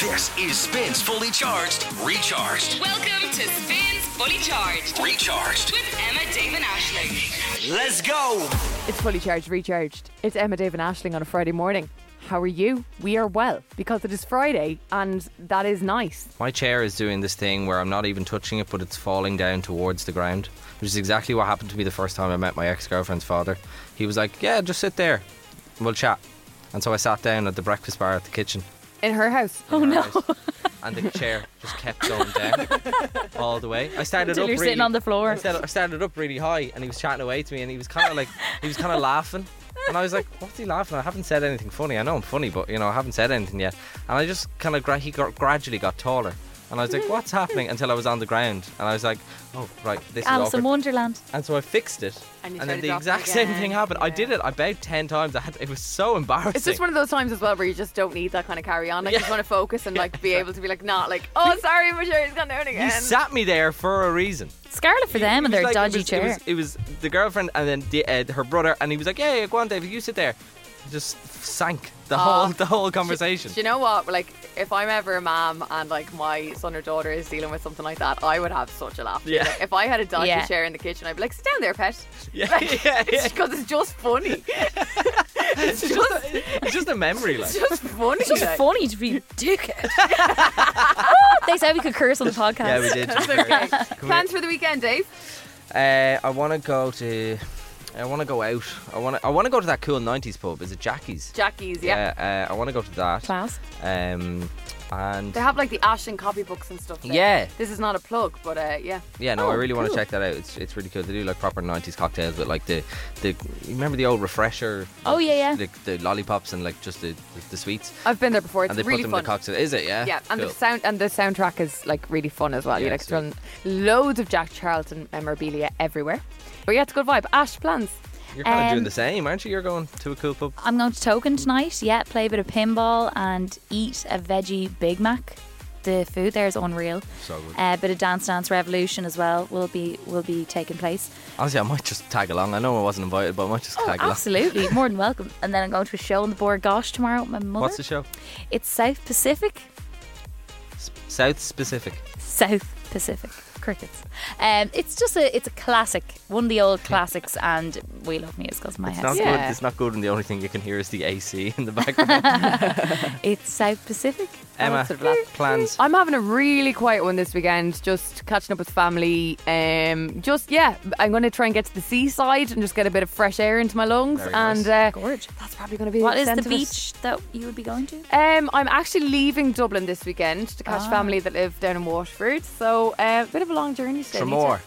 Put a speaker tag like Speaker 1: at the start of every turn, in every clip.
Speaker 1: This is Spins Fully Charged, Recharged,
Speaker 2: Welcome to Spins Fully Charged
Speaker 1: Recharged.
Speaker 2: with Emma Damon Ashley.
Speaker 1: Let's go!
Speaker 3: It's fully charged, recharged. It's Emma, Dave, and Ashling on a Friday morning. How are you? We are well because it is Friday, and that is nice.
Speaker 4: My chair is doing this thing where I'm not even touching it, but it's falling down towards the ground, which is exactly what happened to me the first time I met my ex girlfriend's father. He was like, Yeah, just sit there, we'll chat. And so I sat down at the breakfast bar at the kitchen.
Speaker 3: In her house,
Speaker 4: Oh no. And the chair just kept going down all the way. I started
Speaker 5: Until
Speaker 4: up
Speaker 5: you're
Speaker 4: really,
Speaker 5: sitting on the floor.
Speaker 4: I started, I started up really high, and he was chatting away to me, and he was kind of like, he was kind of laughing, and I was like, "What's he laughing? at? I haven't said anything funny. I know I'm funny, but you know, I haven't said anything yet." And I just kind of gra- he got, gradually got taller, and I was like, "What's happening?" Until I was on the ground, and I was like, "Oh, right, this is
Speaker 5: Alice in
Speaker 4: awkward."
Speaker 5: Wonderland.
Speaker 4: And so I fixed it,
Speaker 3: And you
Speaker 4: then
Speaker 3: started
Speaker 4: the
Speaker 3: off
Speaker 4: exact same
Speaker 3: again,
Speaker 4: thing happened. I
Speaker 3: yeah.
Speaker 4: did it about ten times. I had, it was so embarrassing.
Speaker 3: it's just one of those times as well where you just don't need that kind of carry on. Like you just want to focus and like be able to be like, not like, oh, sorry, my chair's gone down
Speaker 4: he
Speaker 3: again.
Speaker 4: sat me there for a reason.
Speaker 5: Scarlet for them
Speaker 4: It
Speaker 5: and their
Speaker 4: was like-
Speaker 5: dodgy
Speaker 4: it was,
Speaker 5: chair.
Speaker 4: It was, it was the girlfriend and then the, uh, her brother, and he was like, "Yeah, yeah, go on, David, you sit there." It just sank the
Speaker 3: Aw.
Speaker 4: whole the whole conversation.
Speaker 3: Do you know what? Like, if I'm ever a mom and like my son or daughter is dealing with something like that, I would have such a laugh.
Speaker 4: Yeah.
Speaker 3: Like, if I had a dodgy
Speaker 5: Yeah.
Speaker 3: chair in the kitchen, I'd be like, sit down there, pet.
Speaker 4: Yeah,
Speaker 3: Like,
Speaker 4: yeah, yeah.
Speaker 3: Because it's just funny.
Speaker 4: It's just, it's just a memory, like.
Speaker 3: It's just funny.
Speaker 5: It's just
Speaker 3: like.
Speaker 5: funny to be a dickhead. they said we could curse on the podcast.
Speaker 4: Yeah, we did.
Speaker 3: That's okay. Plans for the weekend, Dave?
Speaker 4: Uh, I want to go to. I want to go out. I want to. I want to go to that cool '90s pub. Is it Jackie's?
Speaker 3: Jackie's, yeah.
Speaker 4: Yeah, uh, I want to go to that.
Speaker 5: Class.
Speaker 4: Um, and
Speaker 3: They have like the Ashen copybooks and stuff. There.
Speaker 4: Yeah.
Speaker 3: This is not a plug, but uh, yeah.
Speaker 4: yeah, no,
Speaker 5: Oh,
Speaker 4: I really want to
Speaker 5: cool.
Speaker 4: check that out. It's, it's really cool. They do like proper '90s cocktails with like the the. You remember the old refresher?
Speaker 5: Oh, yeah, yeah.
Speaker 4: Like the lollipops and like just the the sweets.
Speaker 3: I've been there before. Oh, It's
Speaker 4: and they
Speaker 3: really
Speaker 4: put them
Speaker 3: fun.
Speaker 4: in the cocktail. Is it? Yeah.
Speaker 3: yeah, and
Speaker 4: cool.
Speaker 3: the sound and the soundtrack is like really fun as well.
Speaker 4: Yeah,
Speaker 3: you like
Speaker 4: it's
Speaker 3: throwing loads of Jack Charlton memorabilia everywhere. But yeah, it's a good vibe. Ash plans.
Speaker 4: You're kind of
Speaker 5: um,
Speaker 4: doing the same, aren't you? You're going to a cool pub.
Speaker 5: I'm going to Token tonight. Yeah, play a bit of pinball and eat a veggie Big Mac. The food there is unreal.
Speaker 4: So good.
Speaker 5: A bit of Dance Dance Revolution as well will be will be taking place.
Speaker 4: Honestly, I might just tag along. I know I wasn't invited, but I might just
Speaker 5: Oh,
Speaker 4: tag along.
Speaker 5: absolutely, more than welcome. And then I'm going to a show on the board. Gosh, tomorrow with my mother.
Speaker 4: What's the show?
Speaker 5: It's South Pacific.
Speaker 4: S- South specific.
Speaker 5: South Pacific crickets. Um, it's just a it's a classic, one of the old classics, and we love musicals. in My
Speaker 4: It's not
Speaker 5: house.
Speaker 3: Yeah.
Speaker 4: good. It's not good, and the only thing you can hear is the AC in the background.
Speaker 5: It's South Pacific.
Speaker 4: Emma,
Speaker 3: That's sort of laugh.
Speaker 4: plans.
Speaker 3: I'm having a really quiet one this weekend, just catching up with family. Um, just yeah, I'm going to try and get to the seaside and just get a bit of fresh air into my lungs.
Speaker 4: Very
Speaker 3: and
Speaker 4: nice.
Speaker 3: uh,
Speaker 5: Gorge.
Speaker 3: that's probably going to be
Speaker 5: What is the
Speaker 3: extent of it.
Speaker 5: beach that you would be going to?
Speaker 3: Um, I'm actually leaving Dublin this weekend to
Speaker 5: Ah.
Speaker 3: catch family that live down in Waterford. So uh, a bit of a long journey today.
Speaker 4: Tremor.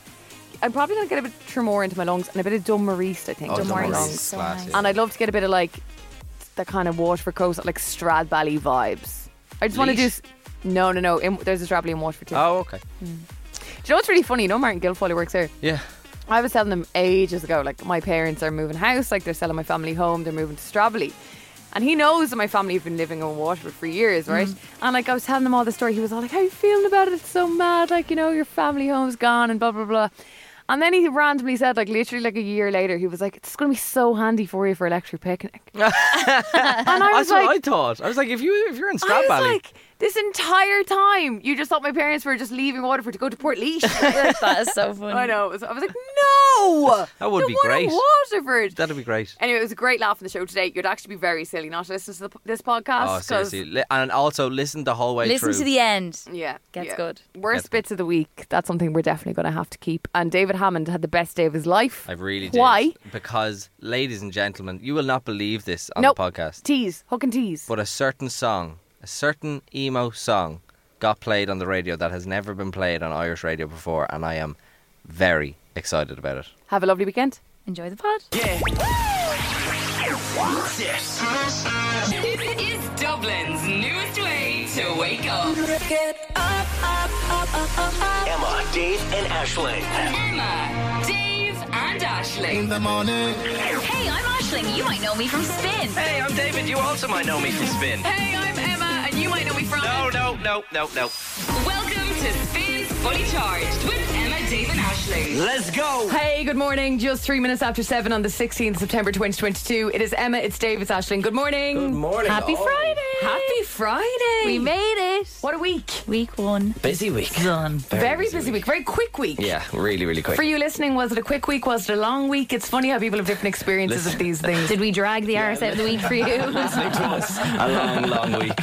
Speaker 3: I'm probably going to get a bit of Tremor into my lungs and a bit of Dummerist, I think.
Speaker 4: Oh,
Speaker 5: Don't worry,
Speaker 4: Dunmore
Speaker 3: lungs.
Speaker 4: East.
Speaker 5: it's so
Speaker 4: class,
Speaker 5: nice.
Speaker 4: yeah.
Speaker 3: And I'd love to get a bit of like the kind of Waterford coast, like Stradbally vibes. I just want to do.
Speaker 4: Leash?
Speaker 3: s- No, no, no. In, there's a Stradbally in Waterford too.
Speaker 4: Oh, okay.
Speaker 3: Do you know what's really funny? You know, Martin Guilfoyle works here.
Speaker 4: Yeah.
Speaker 3: I was telling them ages ago, like my parents are moving house, like they're selling my family home, they're moving to Strabally. And he knows that my family have been living in Waterford for years, right?
Speaker 5: Mm-hmm.
Speaker 3: And like I was telling them all the story, he was all like, How you feeling about it? It's so mad, like, you know, your family home's gone and blah blah blah. And then he randomly said, like literally like a year later, he was like, It's gonna be so handy for you for an electric picnic. and I was
Speaker 4: That's
Speaker 3: like,
Speaker 4: what I thought. I was like, if you if you're in
Speaker 3: I
Speaker 4: Strat
Speaker 3: was
Speaker 4: Valley,
Speaker 3: like, this entire time you just thought my parents were just leaving Waterford to go to Port Leash.
Speaker 5: that is so funny.
Speaker 3: I know. So I was like, no,
Speaker 4: That would
Speaker 3: The
Speaker 4: be
Speaker 3: one in
Speaker 4: great.
Speaker 3: Waterford.
Speaker 4: that'd be great.
Speaker 3: Anyway, it was a great laugh on the show today. You'd actually be very silly not to listen to the, this podcast.
Speaker 4: Oh,
Speaker 3: 'cause-
Speaker 4: seriously. Li- And also listen the whole way
Speaker 5: Listen
Speaker 4: through.
Speaker 5: to the end.
Speaker 3: Yeah,
Speaker 5: Gets
Speaker 3: yeah.
Speaker 5: good.
Speaker 3: Worst
Speaker 4: Gets good.
Speaker 3: bits of the week. That's something we're definitely going to have to keep. And David Hammond had the best day of his life.
Speaker 4: I really did.
Speaker 3: Why?
Speaker 4: Because, ladies and gentlemen, you will not believe this on
Speaker 3: Nope.
Speaker 4: the podcast.
Speaker 3: Tease, hook and tease.
Speaker 4: but a certain song, a certain emo song, got played on the radio that has never been played on Irish radio before, and I am very excited about it.
Speaker 3: Have a lovely weekend.
Speaker 5: Enjoy the pod.
Speaker 1: Yeah. This
Speaker 2: This is Dublin's newest way to wake up.
Speaker 1: Emma, Dave, and Ashling.
Speaker 2: Emma, Dave, and Ashley.
Speaker 6: the morning.
Speaker 5: Hey, I'm Ashling. You might know me from Spin.
Speaker 1: Hey, I'm David. You also might know me from Spin.
Speaker 3: Hey, I'm Emma, and you might know me from.
Speaker 1: No, no, no, no, no.
Speaker 2: Welcome to Spins Fully Charged with Emma, Dave, and Ashley.
Speaker 1: Let's go.
Speaker 3: Hey, good morning. Just three minutes after seven on the 16th September 2022. It is Emma, it's David, it's Ashling. Good morning. Oh.
Speaker 4: morning.
Speaker 3: Happy Friday. Happy Friday.
Speaker 5: We made it.
Speaker 3: What a week.
Speaker 5: Week one
Speaker 1: Busy week.
Speaker 5: done.
Speaker 3: Very busy week. Very quick week.
Speaker 4: Yeah, really, really quick.
Speaker 3: For you listening, was it a quick week? Was it a long week? It's funny how people have different experiences of these things.
Speaker 5: Did we drag the arse out of the week for you?
Speaker 4: listening to us. A long, long week.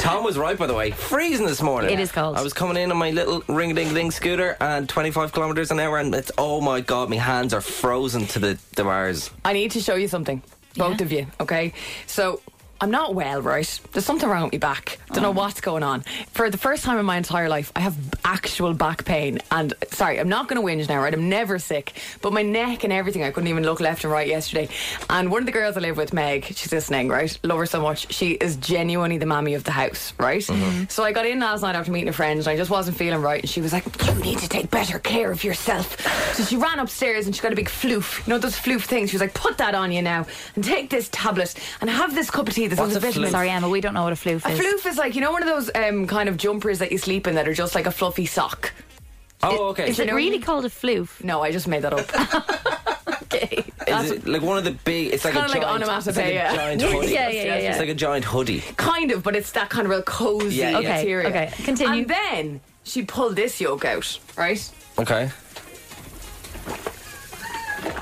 Speaker 4: Tom was right, by the way. Freezing this morning.
Speaker 5: It is cold.
Speaker 4: I was coming in on my little ring-a-ding-ding scooter and 25 kilometres an hour, and it's oh my god, my hands are frozen to the the Mars.
Speaker 3: I need to show you something, both
Speaker 5: Yeah.
Speaker 3: of you. Okay, so. I'm not well, right? There's something wrong with my back.
Speaker 5: Oh.
Speaker 3: Don't know what's going on. For the first time in my entire life, I have actual back pain. And sorry, I'm not going to whinge now, right? I'm never sick. But my neck and everything, I couldn't even look left and right yesterday. And one of the girls I live with, Meg, she's listening, right? Love her so much. She is genuinely the mammy of the house, right?
Speaker 4: Mm-hmm.
Speaker 3: So I got in last night after meeting a friend and I just wasn't feeling right. And she was like, You need to take better care of yourself. So she ran upstairs and she got a big floof. You know those floof things? She was like, Put that on you now and take this tablet and have this cup of tea. This
Speaker 4: What's
Speaker 3: is a
Speaker 4: a
Speaker 3: vitamin.
Speaker 4: floof?
Speaker 5: Sorry, Emma, we don't know what a floof
Speaker 3: A
Speaker 5: is.
Speaker 3: floof is like, you know, one of those um, kind of jumpers that you sleep in that are just like a fluffy sock.
Speaker 4: Oh, okay.
Speaker 5: Is it
Speaker 3: know-
Speaker 5: really called a floof?
Speaker 3: No, I just made that up. okay.
Speaker 4: Is it like one of the big? It's like
Speaker 3: kinda
Speaker 4: a
Speaker 3: like
Speaker 4: giant, it's like a
Speaker 3: onomatopoeia.
Speaker 4: giant hoodie.
Speaker 5: Yeah, yeah, yeah,
Speaker 4: It's
Speaker 5: yeah.
Speaker 4: like a giant hoodie.
Speaker 3: Kind of, but it's that kind of real cozy
Speaker 4: Yeah, yeah. Okay,
Speaker 3: material.
Speaker 5: okay, continue.
Speaker 3: And then she pulled this yoke out, right?
Speaker 4: Okay.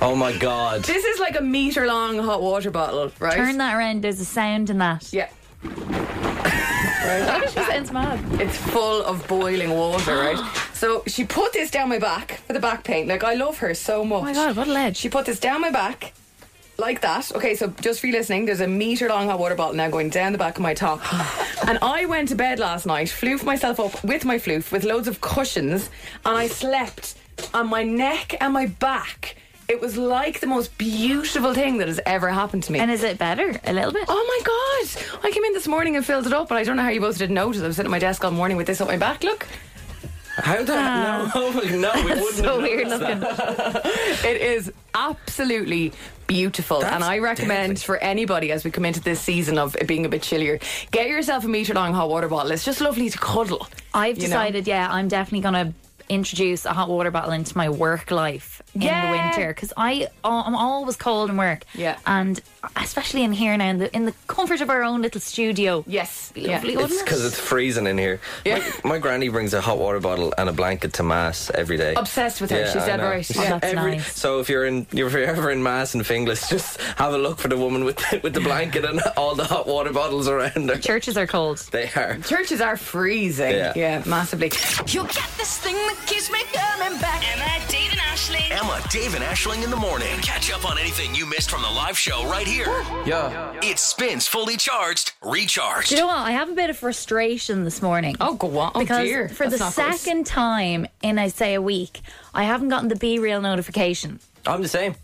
Speaker 4: Oh my god.
Speaker 3: This is like a meter long hot water bottle, right?
Speaker 5: Turn that around. There's a sound in that.
Speaker 3: Yeah.
Speaker 5: That actually sounds mad.
Speaker 3: It's full of boiling water, right? So she put this down my back for the back pain. Like I love her so much.
Speaker 5: Oh my god, what a ledge.
Speaker 3: She put this down my back. Like that. Okay, so just for you listening, there's a meter long hot water bottle now going down the back of my top. and I went to bed last night, floofed myself up with my floof with loads of cushions, and I slept on my neck and my back. It was like the most beautiful thing that has ever happened to me.
Speaker 5: And is it better? A little bit?
Speaker 3: Oh my god! I came in this morning and filled it up, and I don't know how you both didn't notice. I was sitting at my desk all morning with this up my back. Look,
Speaker 4: How the no? No, we wouldn't. have
Speaker 5: Ah. so weird
Speaker 4: noticed that.
Speaker 5: looking.
Speaker 3: it is absolutely beautiful,
Speaker 4: That's
Speaker 3: and I recommend
Speaker 4: deadly.
Speaker 3: for anybody as we come into this season of it being a bit chillier, get yourself a meter long hot water bottle. It's just lovely to cuddle.
Speaker 5: I've
Speaker 3: you know?
Speaker 5: decided, yeah, I'm definitely going to introduce a hot water bottle into my work life in the
Speaker 3: Yeah.
Speaker 5: winter because I oh, I'm always cold in work.
Speaker 3: Yeah.
Speaker 5: and especially in here now in the in the comfort of our own little studio.
Speaker 3: Yes,
Speaker 5: Lovely,
Speaker 3: yeah.
Speaker 5: wouldn't
Speaker 4: It's
Speaker 5: it?
Speaker 4: because it's freezing in here.
Speaker 3: Yeah.
Speaker 4: My, my granny brings a hot water bottle and a blanket to mass every day.
Speaker 3: Obsessed with her. She's
Speaker 4: I
Speaker 3: dead
Speaker 4: know.
Speaker 3: right.
Speaker 5: Oh, that's
Speaker 4: Every-
Speaker 5: nice.
Speaker 4: So if you're in, if you're ever in mass in Finglas, just have a look for the woman with the, with the blanket and all the hot water bottles around her.
Speaker 5: Churches are cold.
Speaker 4: They are.
Speaker 3: Churches are freezing.
Speaker 4: Yeah.
Speaker 3: yeah massively.
Speaker 2: You get this thing that keeps me coming back. Emma, Dave, and Ashling.
Speaker 1: Emma, Dave, and Ashling in the morning. Catch up on anything you missed from the live show right here.
Speaker 4: Yeah.
Speaker 1: It spins fully charged, recharged.
Speaker 5: Do you know what? I have a bit of frustration this morning.
Speaker 3: Oh, go on. Oh,
Speaker 5: because
Speaker 3: dear.
Speaker 5: for the
Speaker 3: That's not good.
Speaker 5: second time in, I say, a week, I haven't gotten the B Real notification.
Speaker 4: I'm the same.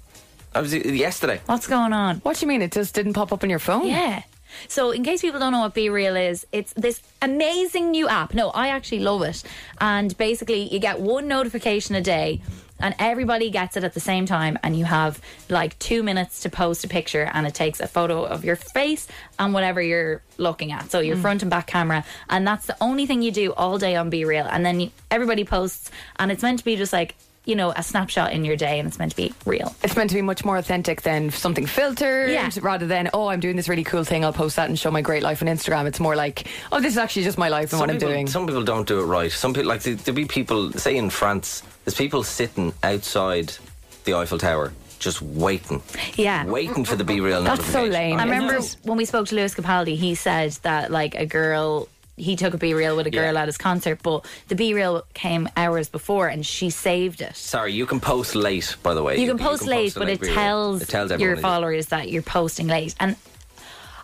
Speaker 4: I was uh, yesterday.
Speaker 5: What's going on?
Speaker 3: What do you mean? It just didn't pop up on your phone?
Speaker 5: Yeah. So, in case people don't know what Be Real is, it's this amazing new app. No, I actually love it. And basically, you get one notification a day, and everybody gets it at the same time. And you have like two minutes to post a picture, and it takes a photo of your face and whatever you're looking at. So, your
Speaker 3: Mm.
Speaker 5: front and back camera. And that's the only thing you do all day on Be Real. And then you, everybody posts, and it's meant to be just like, you know, a snapshot in your day, and it's meant to be real.
Speaker 3: It's meant to be much more authentic than something filtered
Speaker 5: Yeah.
Speaker 3: rather than, oh, I'm doing this really cool thing. I'll post that and show my great life on Instagram. It's more like, oh, this is actually just my life and what I'm
Speaker 4: people,
Speaker 3: doing.
Speaker 4: Some people don't do it right. Some people, like, there- there'll be people, say in France, there's people sitting outside the Eiffel Tower just waiting.
Speaker 5: Yeah.
Speaker 4: Waiting for the Be Real
Speaker 3: That's so
Speaker 4: notification.
Speaker 3: lame.
Speaker 5: I
Speaker 3: Yeah.
Speaker 5: remember when we spoke to Lewis Capaldi, he said that like a girl, he took a B reel with a girl
Speaker 4: Yeah.
Speaker 5: at his concert, but the B reel came hours before and she saved it.
Speaker 4: Sorry, you can post late, by the way.
Speaker 5: You can post late,
Speaker 4: a
Speaker 5: but it
Speaker 4: Be Real.
Speaker 5: tells,
Speaker 4: It tells
Speaker 5: your
Speaker 4: everyone.
Speaker 5: followers that you're posting late. And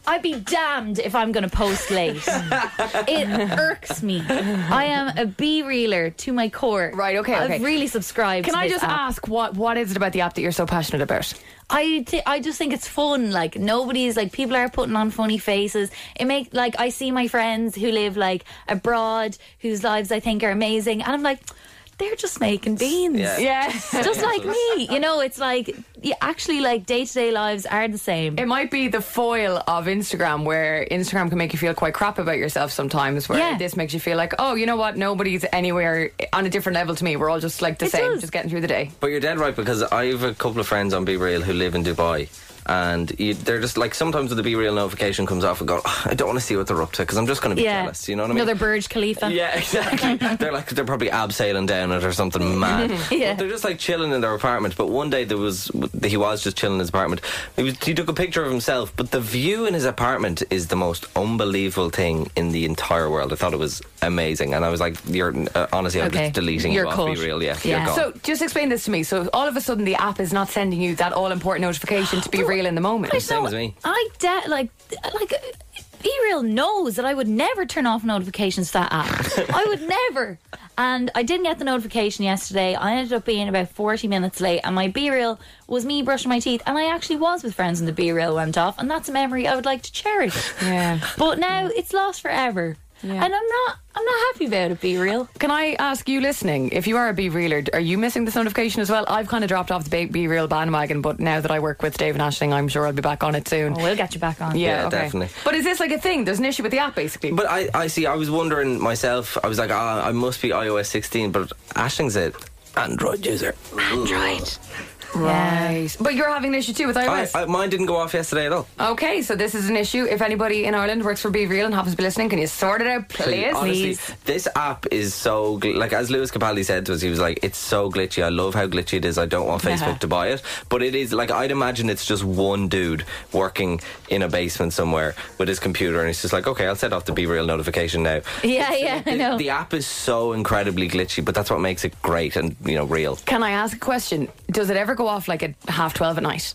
Speaker 5: I'd be damned if I'm going to post late. it irks me. I am a B reeler to my core.
Speaker 3: Right, okay,
Speaker 5: I've
Speaker 3: okay.
Speaker 5: really subscribed.
Speaker 3: Can
Speaker 5: to
Speaker 3: I
Speaker 5: this
Speaker 3: just
Speaker 5: app.
Speaker 3: ask what what is it about the app that you're so passionate about?
Speaker 5: I thi- I just think it's fun. Like nobody's like people are putting on funny faces. It make like I see my friends who live like abroad whose lives I think are amazing, and I'm like, they're just making beans.
Speaker 4: Yeah.
Speaker 3: Yeah.
Speaker 5: Just like me, you know, it's like you actually like day to day lives are the same.
Speaker 3: It might be the foil of Instagram, where Instagram can make you feel quite crap about yourself sometimes. Where
Speaker 5: Yeah.
Speaker 3: this makes you feel like, oh, you know what? Nobody's anywhere eh, on a different level to me. We're all just like the
Speaker 5: It
Speaker 3: same,
Speaker 5: does.
Speaker 3: just getting through the day.
Speaker 4: But you're dead right because I have a couple of friends on Be Real who live in Dubai, and you, they're just like sometimes when the be real notification comes off and go, "Oh, I don't want to see what they're up to because I'm just going to be
Speaker 5: yeah.
Speaker 4: jealous. You know what I mean?
Speaker 5: Another Burj Khalifa.
Speaker 4: Yeah, exactly. they're like they're probably abseiling down it or something mad.
Speaker 5: Yeah.
Speaker 4: But they're just like chilling in their apartment. But one day there was he was just chilling in his apartment. He was he took a picture of himself, but the view in his apartment is the most unbelievable thing in the entire world. I thought it was amazing, and I was like, "You're uh, honestly, I'm
Speaker 5: Okay.
Speaker 4: just deleting
Speaker 5: You're
Speaker 4: you off.
Speaker 5: cut.
Speaker 4: Be real, yeah,
Speaker 5: Yeah.
Speaker 4: you're gone."
Speaker 3: So just explain this to me. So all of a sudden the app is not sending you that all important notification to be real in the moment.
Speaker 5: But
Speaker 4: Same as me.
Speaker 5: I de- like like Real knows that I would never turn off notifications to that app. I would never. And I didn't get the notification yesterday. I ended up being about 40 minutes late, and my B reel was me brushing my teeth. And I actually was with friends when the B reel went off, and that's a memory I would like to cherish.
Speaker 3: Yeah.
Speaker 5: But now it's lost forever.
Speaker 3: Yeah.
Speaker 5: And I'm not I'm not happy about it, B reel.
Speaker 3: Can I ask you listening, if you are a B reeler, are you missing this notification as well? I've kind of dropped off the ba- Be Real bandwagon, but now that I work with Dave and Ashling, I'm sure I'll be back on it soon.
Speaker 5: Oh, We'll get you back on.
Speaker 3: yeah,
Speaker 4: Yeah,
Speaker 3: okay.
Speaker 4: definitely.
Speaker 3: But is this like a thing? There's an issue with the app, basically.
Speaker 4: But I, I see. I was wondering myself. I was like, ah, I must be iOS 16, but Ashling's an Android user. Android.
Speaker 3: right. But you're having an issue too with
Speaker 4: I,
Speaker 3: iOS.
Speaker 4: I, mine didn't go off yesterday at all.
Speaker 3: okay, so this is an issue. If anybody in Ireland works for Be Real and happens to be listening, can you sort it out, please?
Speaker 4: Honestly, this app is so gl- like as Lewis Capaldi said to us, he was like, "It's so glitchy. I love how glitchy it is. I don't want Facebook
Speaker 3: Yeah.
Speaker 4: to buy it, but it is like I'd imagine it's just one dude working in a basement somewhere with his computer, and he's just like, okay, I'll set off the Be Real notification now.
Speaker 5: Yeah, yeah, I
Speaker 4: The-
Speaker 5: know.
Speaker 4: The app is so incredibly glitchy, but that's what makes it great and you know real.
Speaker 3: Can I ask a question? Does it ever go off like at half 12 at night?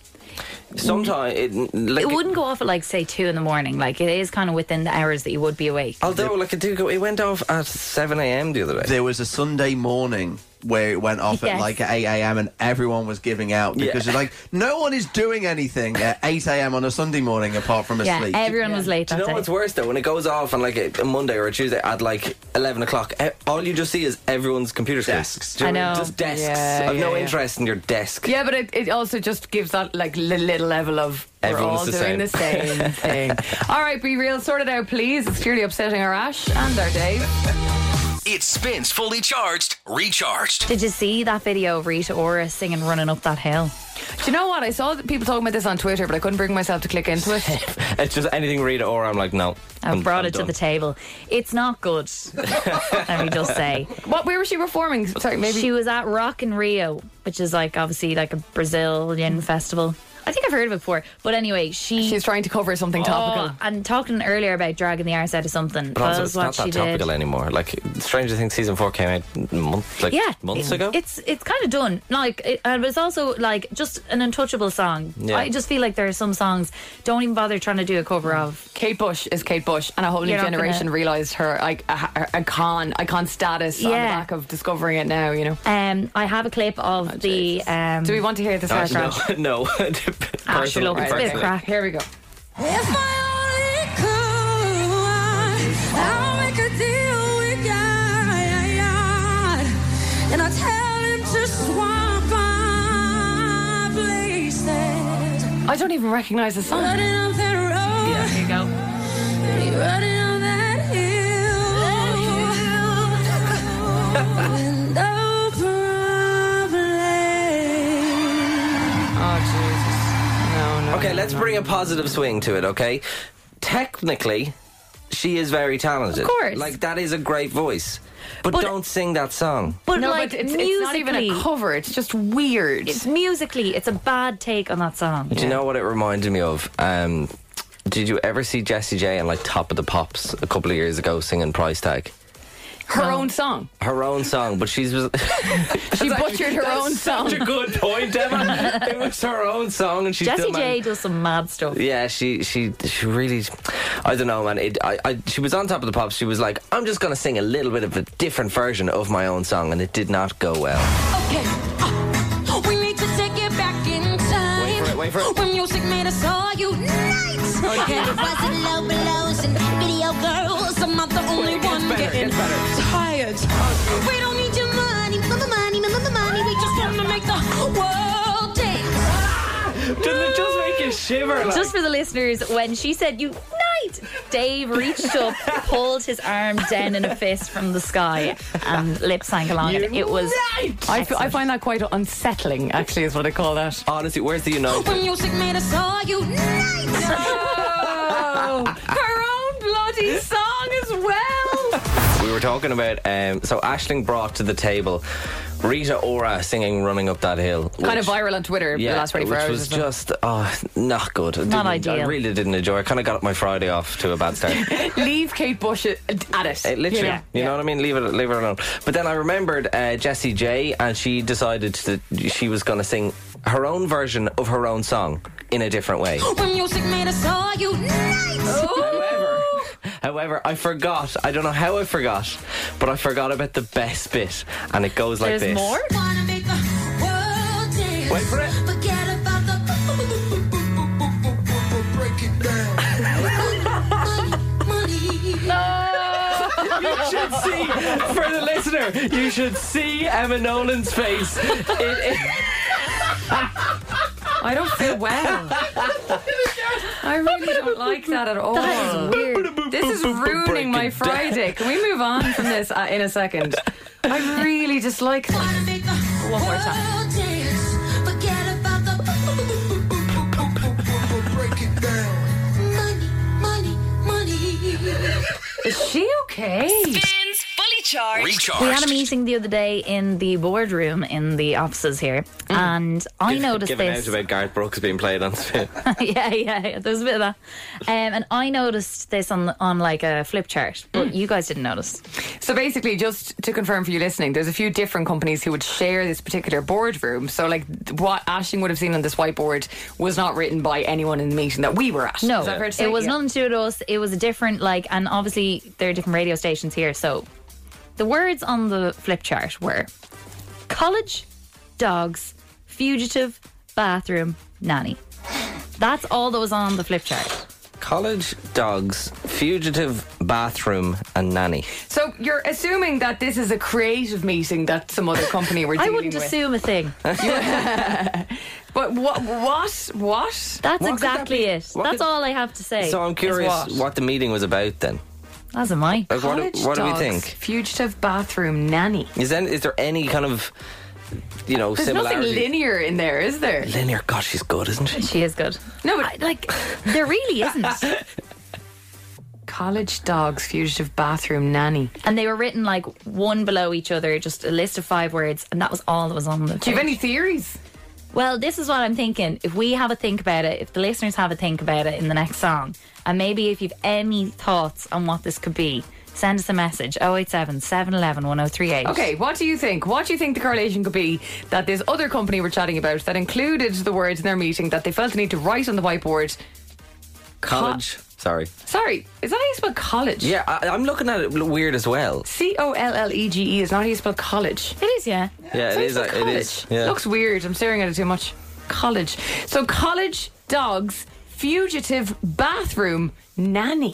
Speaker 4: Sometimes it, like,
Speaker 5: It wouldn't go off at like say two in the morning. Like it is kind of within the hours that you would be awake.
Speaker 4: Although, like it did go, it went off at seven a.m. the other day.
Speaker 6: There was a Sunday morning where it went off
Speaker 5: Yes.
Speaker 6: at like 8 a.m. and everyone was giving out because
Speaker 4: Yeah.
Speaker 6: it's like no one is doing anything at 8 a.m. on a Sunday morning apart from
Speaker 5: yeah,
Speaker 6: asleep.
Speaker 5: everyone was late.
Speaker 4: Do you
Speaker 5: that
Speaker 4: know
Speaker 5: day.
Speaker 4: what's worse though? When it goes off on like a, a Monday or a Tuesday at like eleven o'clock, e- all you just see is everyone's computer screen.
Speaker 6: Desks.
Speaker 4: Do you
Speaker 5: I
Speaker 4: what
Speaker 5: know.
Speaker 4: mean? Just desks.
Speaker 3: Yeah,
Speaker 4: I've no
Speaker 3: yeah, yeah.
Speaker 4: interest in your desk.
Speaker 3: Yeah, but it, it also just gives that like li- little level of we're
Speaker 4: Everyone's
Speaker 3: all
Speaker 4: the
Speaker 3: doing the same thing. All right, be real, sort it out, please. It's clearly upsetting our Ash and our Dave.
Speaker 1: It spins fully charged, recharged.
Speaker 5: Did you see that video of Rita Ora singing "Running Up That Hill"?
Speaker 3: Do you know what? I saw that people talking about this on Twitter, but I couldn't bring myself to click into it.
Speaker 4: It's just anything Rita or I'm like, no.
Speaker 5: I
Speaker 4: I'm-
Speaker 5: brought
Speaker 4: I'm
Speaker 5: it to
Speaker 4: done.
Speaker 5: the table. It's not good. let me just say,
Speaker 3: What? Where was she performing? Sorry, maybe.
Speaker 5: she was at Rock in Rio, which is like obviously like a Brazilian festival. I think I've heard of it before, but anyway, she
Speaker 3: She's trying to cover something topical.
Speaker 5: Oh, and talking earlier about dragging the arse out of something.
Speaker 4: But also,
Speaker 5: was
Speaker 4: it's
Speaker 5: what
Speaker 4: not
Speaker 5: she
Speaker 4: that
Speaker 5: did.
Speaker 4: topical anymore. Like Stranger Things season four came out month, like
Speaker 5: yeah,
Speaker 4: months
Speaker 5: it-
Speaker 4: ago.
Speaker 5: It's it's kind of done. Like it, and it's also like just an untouchable song.
Speaker 4: Yeah.
Speaker 5: I just feel like there are some songs don't even bother trying to do a cover of.
Speaker 3: Kate Bush is Kate Bush, and a whole new
Speaker 5: You're not
Speaker 3: generation
Speaker 5: gonna-
Speaker 3: realised her like a- a icon, icon status on the
Speaker 5: Yeah.
Speaker 3: back of discovering it now. You know. Oh,
Speaker 5: Um, I have a clip of the. Um,
Speaker 3: Do we want to hear this? Ash?
Speaker 4: no, no. Personal-
Speaker 5: look, it's a bit
Speaker 4: personal.
Speaker 5: crap.
Speaker 3: Here we go.
Speaker 7: If I only could, I'll make a deal with God, and I tell him to swamp our places.
Speaker 3: I don't even recognise the song.
Speaker 7: Running up that road,
Speaker 5: Here you go.
Speaker 7: running up that hill, and no problem.
Speaker 3: Oh Jesus! No, no.
Speaker 4: Okay, let's bring a positive swing to it, okay? Technically, she is very talented. Of
Speaker 5: course.
Speaker 4: Like, that is a great voice. But,
Speaker 5: But-
Speaker 4: don't sing that song.
Speaker 5: But
Speaker 3: No,
Speaker 5: like
Speaker 3: but it's,
Speaker 5: musically,
Speaker 3: it's not even a cover. It's just weird.
Speaker 5: it's musically, it's a bad take on that song.
Speaker 4: Do you know what it reminded me of? Um, did you ever see Jessie J on like Top of the Pops a couple of years ago singing Price Tag?
Speaker 3: her
Speaker 5: No.
Speaker 3: own song.
Speaker 4: Her own song, but she's was
Speaker 3: She butchered her own song.
Speaker 4: Such a good point, Emma. it was her own song, and she
Speaker 5: Jessie J does some mad stuff.
Speaker 4: Yeah, she she she really. I don't know, man. It, I, I she was on top of the pops. She was like, I'm just gonna sing a little bit of a different version of my own song, and it did not go well.
Speaker 7: Okay, uh, we need to take it back in time.
Speaker 4: Wait for it, wait for it. Oh,
Speaker 7: When music made us all unite. Okay. It wasn't low blows and video girls. I'm not the only one getting tired. We don't need your money, mama money, mama money. We just want to make the world dance.
Speaker 4: Doesn't it just make you shiver? Like?
Speaker 5: Just for the listeners, when she said you right. Dave reached up, pulled his arm down in a fist from the sky, and lip sank along. it. It was.
Speaker 3: I, f- I find that quite unsettling, actually, is what I call that.
Speaker 4: Honestly, where's the United?
Speaker 7: When music made us all unite.
Speaker 3: Her own bloody song as well.
Speaker 4: We were talking about um, so Ashling brought to the table Rita Ora singing "Running Up That Hill,"
Speaker 3: kind of
Speaker 4: which-
Speaker 3: viral on Twitter for the last 24
Speaker 4: which
Speaker 3: hours.
Speaker 4: was
Speaker 3: or so.
Speaker 4: just oh, not good. I didn't- I
Speaker 5: ideal.
Speaker 4: really didn't enjoy. it. kind of got my Friday off to a bad start.
Speaker 3: Leave Kate Bush at, at it.
Speaker 4: It literally,
Speaker 3: Yeah.
Speaker 4: you know what I mean. Leave it, leave her alone. But then I remembered uh, Jessie J, and she decided that she was going to sing her own version of her own song in a different way.
Speaker 7: When music made us all unite.
Speaker 4: However, however, I forgot. I don't know how I forgot, but I forgot about the best bit, and it goes like
Speaker 5: There's
Speaker 4: this.
Speaker 5: more?
Speaker 7: Wanna make the world dance.
Speaker 4: Wait for it.
Speaker 7: Forget about the
Speaker 8: Break it down.
Speaker 7: money.
Speaker 4: should see for the listener. You should see Emma Nolan's face. It, it,
Speaker 3: I don't feel well. I really don't like that at all.
Speaker 5: That is weird.
Speaker 3: This is ruining my Friday. Can we move on from this uh, in a second? I really dislike that.
Speaker 7: Wanna make the
Speaker 3: One more time.
Speaker 7: world dance. Forget about the
Speaker 8: Break it down.
Speaker 7: money, money, money.
Speaker 3: Is she okay?
Speaker 2: Spins Fully Charged.
Speaker 1: Recharged.
Speaker 5: We had a meeting the other day in the boardroom in the offices here, and I noticed
Speaker 4: Giving
Speaker 5: this.
Speaker 4: out about Garth Brooks being played on spin.
Speaker 5: yeah, yeah, yeah. There's a bit of that. Um, and I noticed this on on like a flip chart,
Speaker 3: Mm.
Speaker 5: but you guys didn't notice.
Speaker 3: So basically, just to confirm for you listening, there's a few different companies who would share this particular boardroom. So like th- what Ashing would have seen on this whiteboard was not written by anyone in the meeting that we were at.
Speaker 5: No,
Speaker 3: Is that fair to say?
Speaker 5: it was
Speaker 3: Yeah.
Speaker 5: nothing to do with us. It was a different like, and obviously there are different radio stations here. So the words on the flip chart were college, dogs, fugitive, bathroom, nanny. That's all that was on the flip chart.
Speaker 4: College dogs, fugitive bathroom, and nanny.
Speaker 3: So you're assuming that this is a creative meeting that some other company were
Speaker 5: I
Speaker 3: dealing
Speaker 5: wouldn't
Speaker 3: with.
Speaker 5: assume a thing.
Speaker 3: But what? What?
Speaker 5: That's
Speaker 3: What?
Speaker 4: What could that
Speaker 5: exactly
Speaker 4: be?
Speaker 5: it.
Speaker 4: What
Speaker 5: That's
Speaker 4: could-
Speaker 5: all I have to say.
Speaker 4: So I'm curious
Speaker 3: what?
Speaker 4: what? the meeting was about then.
Speaker 5: That's a mine.
Speaker 4: Like, what, do-
Speaker 3: College
Speaker 4: what do we
Speaker 3: dogs,
Speaker 4: think?
Speaker 3: Fugitive bathroom nanny.
Speaker 4: Is then is there any kind of you know
Speaker 3: There's nothing
Speaker 4: Oh, similarity?
Speaker 3: linear in there, is there?
Speaker 4: linear. God, she's good, isn't she?
Speaker 5: She is good.
Speaker 3: No, but
Speaker 5: Like there really isn't.
Speaker 3: college dogs, fugitive bathroom nanny.
Speaker 5: And they were written like one below each other, just a list of five words, and that was all that was on the.
Speaker 3: Do you have any theories?
Speaker 5: Well, this is what I'm thinking. If we have a think about it, if the listeners have a think about it in the next song, and maybe if you've any thoughts on what this could be, send us a message 087 711 1038.
Speaker 3: Okay, what do you think? What do you think the correlation could be that this other company we're chatting about that included the words in their meeting that they felt the need to write on the whiteboard?
Speaker 4: College. Sorry.
Speaker 3: Sorry, is that how you spell college?
Speaker 4: Yeah, I, I'm looking at it weird as well.
Speaker 3: C O L L E G E is not how you spell college.
Speaker 5: It is, yeah.
Speaker 4: Yeah, it
Speaker 3: Sounds
Speaker 4: is. uh,
Speaker 3: like
Speaker 4: It is.
Speaker 3: college.
Speaker 4: Yeah.
Speaker 3: Looks weird. I'm staring at it too much. College. So college dogs, fugitive bathroom nanny.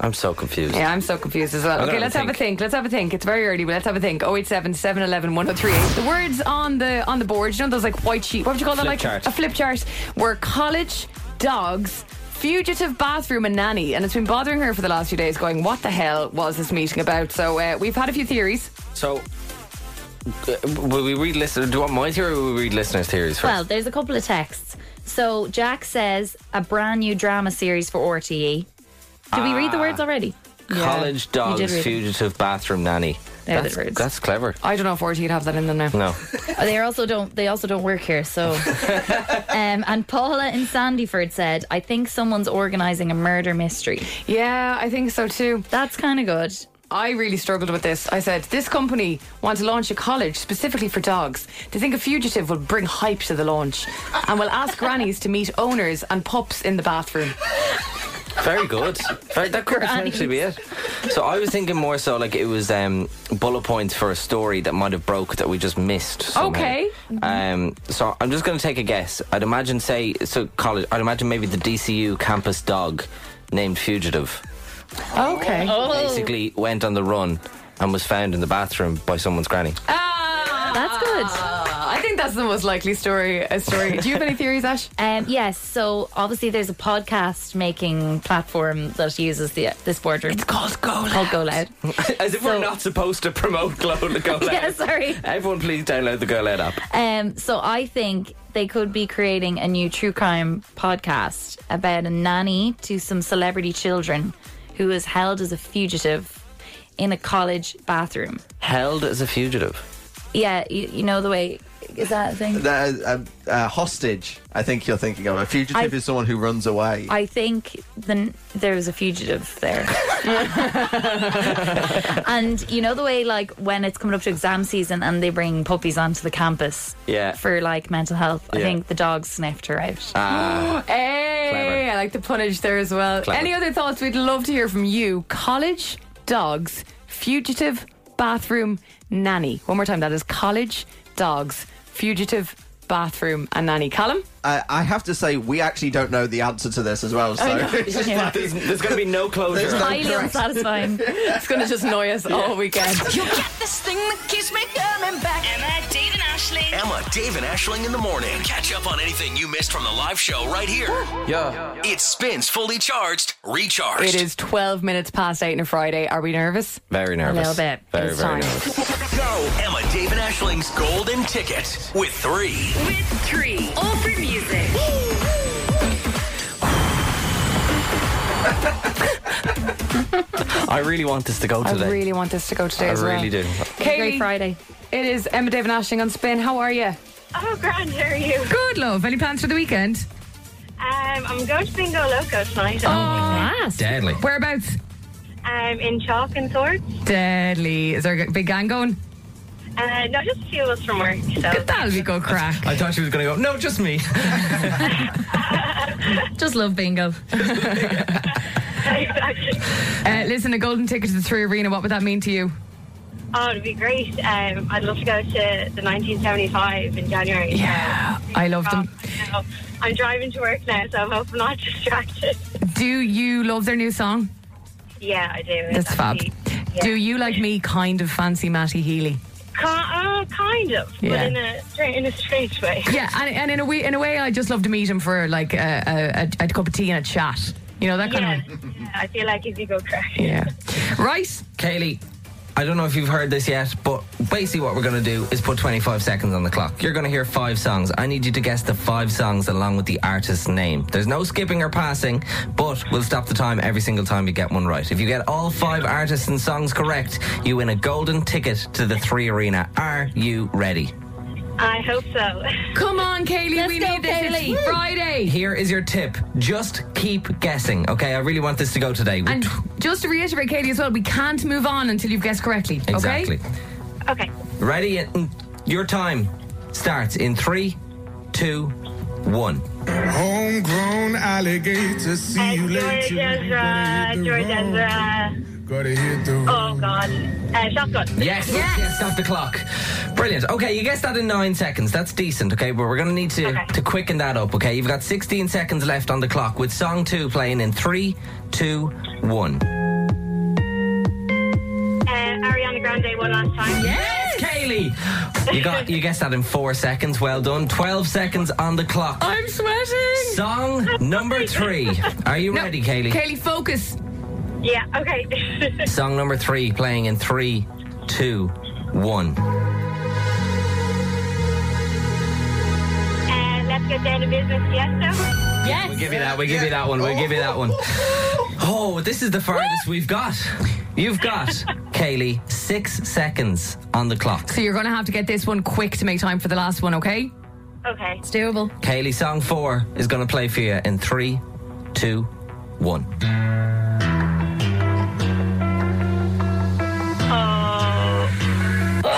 Speaker 4: I'm so confused.
Speaker 3: Yeah, I'm so confused as well.
Speaker 4: don't
Speaker 3: Okay,
Speaker 4: have a
Speaker 3: let's have a
Speaker 4: think.
Speaker 3: think. Let's have a think. It's very early, but let's have a think. 087 711 1038. The words on the on the board, you know those like white sheet. What would you call that?
Speaker 4: Flip
Speaker 3: like
Speaker 4: chart.
Speaker 3: a flip chart. Were college dogs. Fugitive bathroom and nanny, and it's been bothering her for the last few days. Going, what the hell was this meeting about? So uh, we've had a few theories.
Speaker 4: So, uh, will we read listeners? Do you want my theory or will we read listeners' theories first?
Speaker 5: Well, there's a couple of texts. So Jack says a brand new drama series for RTE. Did we
Speaker 3: Ah.
Speaker 5: read the words already?
Speaker 4: College
Speaker 5: did
Speaker 4: dogs,
Speaker 5: read it.
Speaker 4: fugitive bathroom nanny.
Speaker 5: They're the
Speaker 4: that's,
Speaker 5: words.
Speaker 4: that's clever.
Speaker 3: I don't know if RT would have that in them now.
Speaker 4: No.
Speaker 5: Uh, They also don't. They also don't work here. So, um, and Paula in Sandyford said, "I think someone's organising a murder mystery."
Speaker 3: Yeah, I think so too.
Speaker 5: That's kind of good.
Speaker 3: I really struggled with this. I said, this company wants to launch a college specifically for dogs. They think a fugitive will bring hype to the launch and will ask grannies to meet owners and pups in the bathroom.
Speaker 4: Very good. Very, that could potentially be it. So I was thinking more so like it was um, bullet points for a story that might have broke that we just missed. somehow.
Speaker 3: Okay.
Speaker 4: Um, so I'm just going to take a guess. I'd imagine, say, so college. I'd imagine maybe the DCU campus dog named Fugitive
Speaker 3: Okay.
Speaker 4: Oh. basically went on the run and was found in the bathroom by someone's granny.
Speaker 3: Ah,
Speaker 5: That's good.
Speaker 3: I think that's the most likely story. A story. Do you have any theories, Ash?
Speaker 5: Um, yes, so obviously there's a podcast making platform that uses the this boardroom. It's
Speaker 3: called go.
Speaker 5: called Go Loud.
Speaker 4: As if
Speaker 5: So-
Speaker 4: we're not supposed to promote Glow the Go Loud.
Speaker 5: yeah, sorry.
Speaker 4: Everyone, please download the Go Loud app.
Speaker 5: Um, so I think they could be creating a new true crime podcast about a nanny to some celebrity children who is held as a fugitive in a college bathroom.
Speaker 4: Held as a fugitive.
Speaker 5: Yeah, you, you know the way is that a thing?
Speaker 6: Uh, uh, uh, hostage, I think you're thinking of. A fugitive
Speaker 5: I-
Speaker 6: is someone who runs away.
Speaker 5: I think then there was a fugitive there. and you know the way like when it's coming up to exam season and they bring puppies onto the campus
Speaker 4: Yeah.
Speaker 5: for like mental health. I
Speaker 4: Yeah. Ah.
Speaker 5: think the dog sniffed her out.
Speaker 3: Hey,
Speaker 4: Clever.
Speaker 3: I like the punnage there as well.
Speaker 4: Clever.
Speaker 3: Any other thoughts? We'd love to hear from you. College, dogs, fugitive, bathroom, nanny. One more time. That is college, dogs, fugitive, bathroom, and nanny. Callum?
Speaker 6: I, I have to say, we actually don't know the answer to this as well. So it's just like-
Speaker 4: There's, there's going to be no closure.
Speaker 6: There's no-
Speaker 5: Highly
Speaker 6: correct.
Speaker 5: unsatisfying.
Speaker 3: It's going to just annoy us all weekend.
Speaker 2: You get this thing that keeps me coming back. Emma, Dave, and Ashley.
Speaker 1: Emma, Dave, and Ashling in the morning. Catch up on anything you missed from the live show right here.
Speaker 4: yeah.
Speaker 1: It spins fully charged, recharged.
Speaker 3: It is 12 minutes past 8 on a Friday. Are we nervous?
Speaker 4: Very nervous.
Speaker 5: little bit.
Speaker 4: Very,
Speaker 5: It's
Speaker 4: very
Speaker 5: time.
Speaker 4: nervous.
Speaker 1: Go. Emma, Dave, and Ashling's golden ticket with three.
Speaker 2: With three. Open music.
Speaker 4: I really want this to go today.
Speaker 3: I really want this to go today
Speaker 4: I
Speaker 3: as well.
Speaker 4: really do.
Speaker 3: Katie,
Speaker 5: Great Friday.
Speaker 3: It is Emma David Ashing on Spin. How are you?
Speaker 9: Oh, grand, how are you?
Speaker 3: Good, love. Any plans for the weekend?
Speaker 9: Um, I'm going to Bingo Loco
Speaker 3: Oh,
Speaker 9: tonight.
Speaker 5: Class.
Speaker 4: Deadly.
Speaker 3: Whereabouts?
Speaker 9: I'm in Chalk and Swords.
Speaker 3: Deadly. Is there a big gang going?
Speaker 9: Uh, no, just a few of us from work. So
Speaker 3: That'll be good crack.
Speaker 4: I thought she was going to go, no, just me.
Speaker 5: Just love bingo.
Speaker 9: exactly.
Speaker 3: Uh, listen, a golden ticket to the Three Arena. What would that mean to you?
Speaker 9: Oh, it'd be great. Um, I'd love to go to the 1975 in January. Yeah,
Speaker 3: I love them.
Speaker 9: I'm driving to work now, so I hope I'm not distracted.
Speaker 3: Do you love their new song?
Speaker 9: Yeah, I do. It's
Speaker 3: That's fab.
Speaker 9: actually- yeah.
Speaker 3: Do you like me? Kind of fancy Matty Healy.
Speaker 9: Ki- uh, kind of,
Speaker 3: Yeah.
Speaker 9: but in a stra- in a strange way.
Speaker 3: Yeah, and, and in a way, in a way, I just love to meet him for like a, a, a, a cup of tea and a chat. You know that kind
Speaker 9: Yeah,
Speaker 3: of.
Speaker 9: yeah, I feel like it'd be good crack.
Speaker 3: Yeah. Right.
Speaker 4: Kaylee, I don't know if you've heard this yet, but basically what we're going to do is put 25 seconds on the clock. You're going to hear five songs. I need you to guess the five songs along with the artist's name. There's no skipping or passing, but we'll stop the time every single time you get one right. If you get all five artists and songs correct, you win a golden ticket to the Three Arena. Are you ready?
Speaker 9: I hope so.
Speaker 3: Come on, Kaylee.
Speaker 5: Let's
Speaker 3: we
Speaker 5: go,
Speaker 3: need this. It's
Speaker 5: Kaylee.
Speaker 3: Friday.
Speaker 4: Here is your tip. Just keep guessing, okay? I really want this to go today. We-
Speaker 3: And just to reiterate, Katie, as well, we can't move on until you've guessed correctly. Okay?
Speaker 4: exactly.
Speaker 9: Okay.
Speaker 4: Ready? And Your time starts in three, two, one.
Speaker 8: Homegrown alligator, see
Speaker 9: Uh,
Speaker 8: you
Speaker 9: George
Speaker 8: later.
Speaker 9: Ezra, George Ezra.
Speaker 8: Gotta hit the
Speaker 9: Oh
Speaker 8: road.
Speaker 9: God, uh, shotgun.
Speaker 4: Yes, yes, stop the clock. Brilliant. Okay, you guessed that in nine seconds. That's decent, okay? But we're going to need to,
Speaker 9: Okay.
Speaker 4: to quicken that up, okay? You've got 16 seconds left on the clock with song two playing in three, two, one.
Speaker 9: Uh, Ariana Grande one last time.
Speaker 4: Yes, Kaylee! You got you guessed that in four seconds. Well done. 12 seconds on the clock.
Speaker 3: I'm sweating.
Speaker 4: Song number three. Are you ready, Kaylee?
Speaker 3: Kaylee, focus.
Speaker 9: Yeah. Okay.
Speaker 4: Song number three playing in three, two, one.
Speaker 9: uh, let's get down to business. Fiesta.
Speaker 4: We'll give you that. We'll give you that one. We'll give you that one. Oh, this is the farthest we've got. You've got, Kaylee, six seconds on the clock.
Speaker 3: So you're going to have to get this one quick to make time for the last one, okay?
Speaker 9: Okay.
Speaker 5: It's doable.
Speaker 4: Kaylee, song four is going to play for you in three, two, one.
Speaker 9: Oh.
Speaker 3: Oh,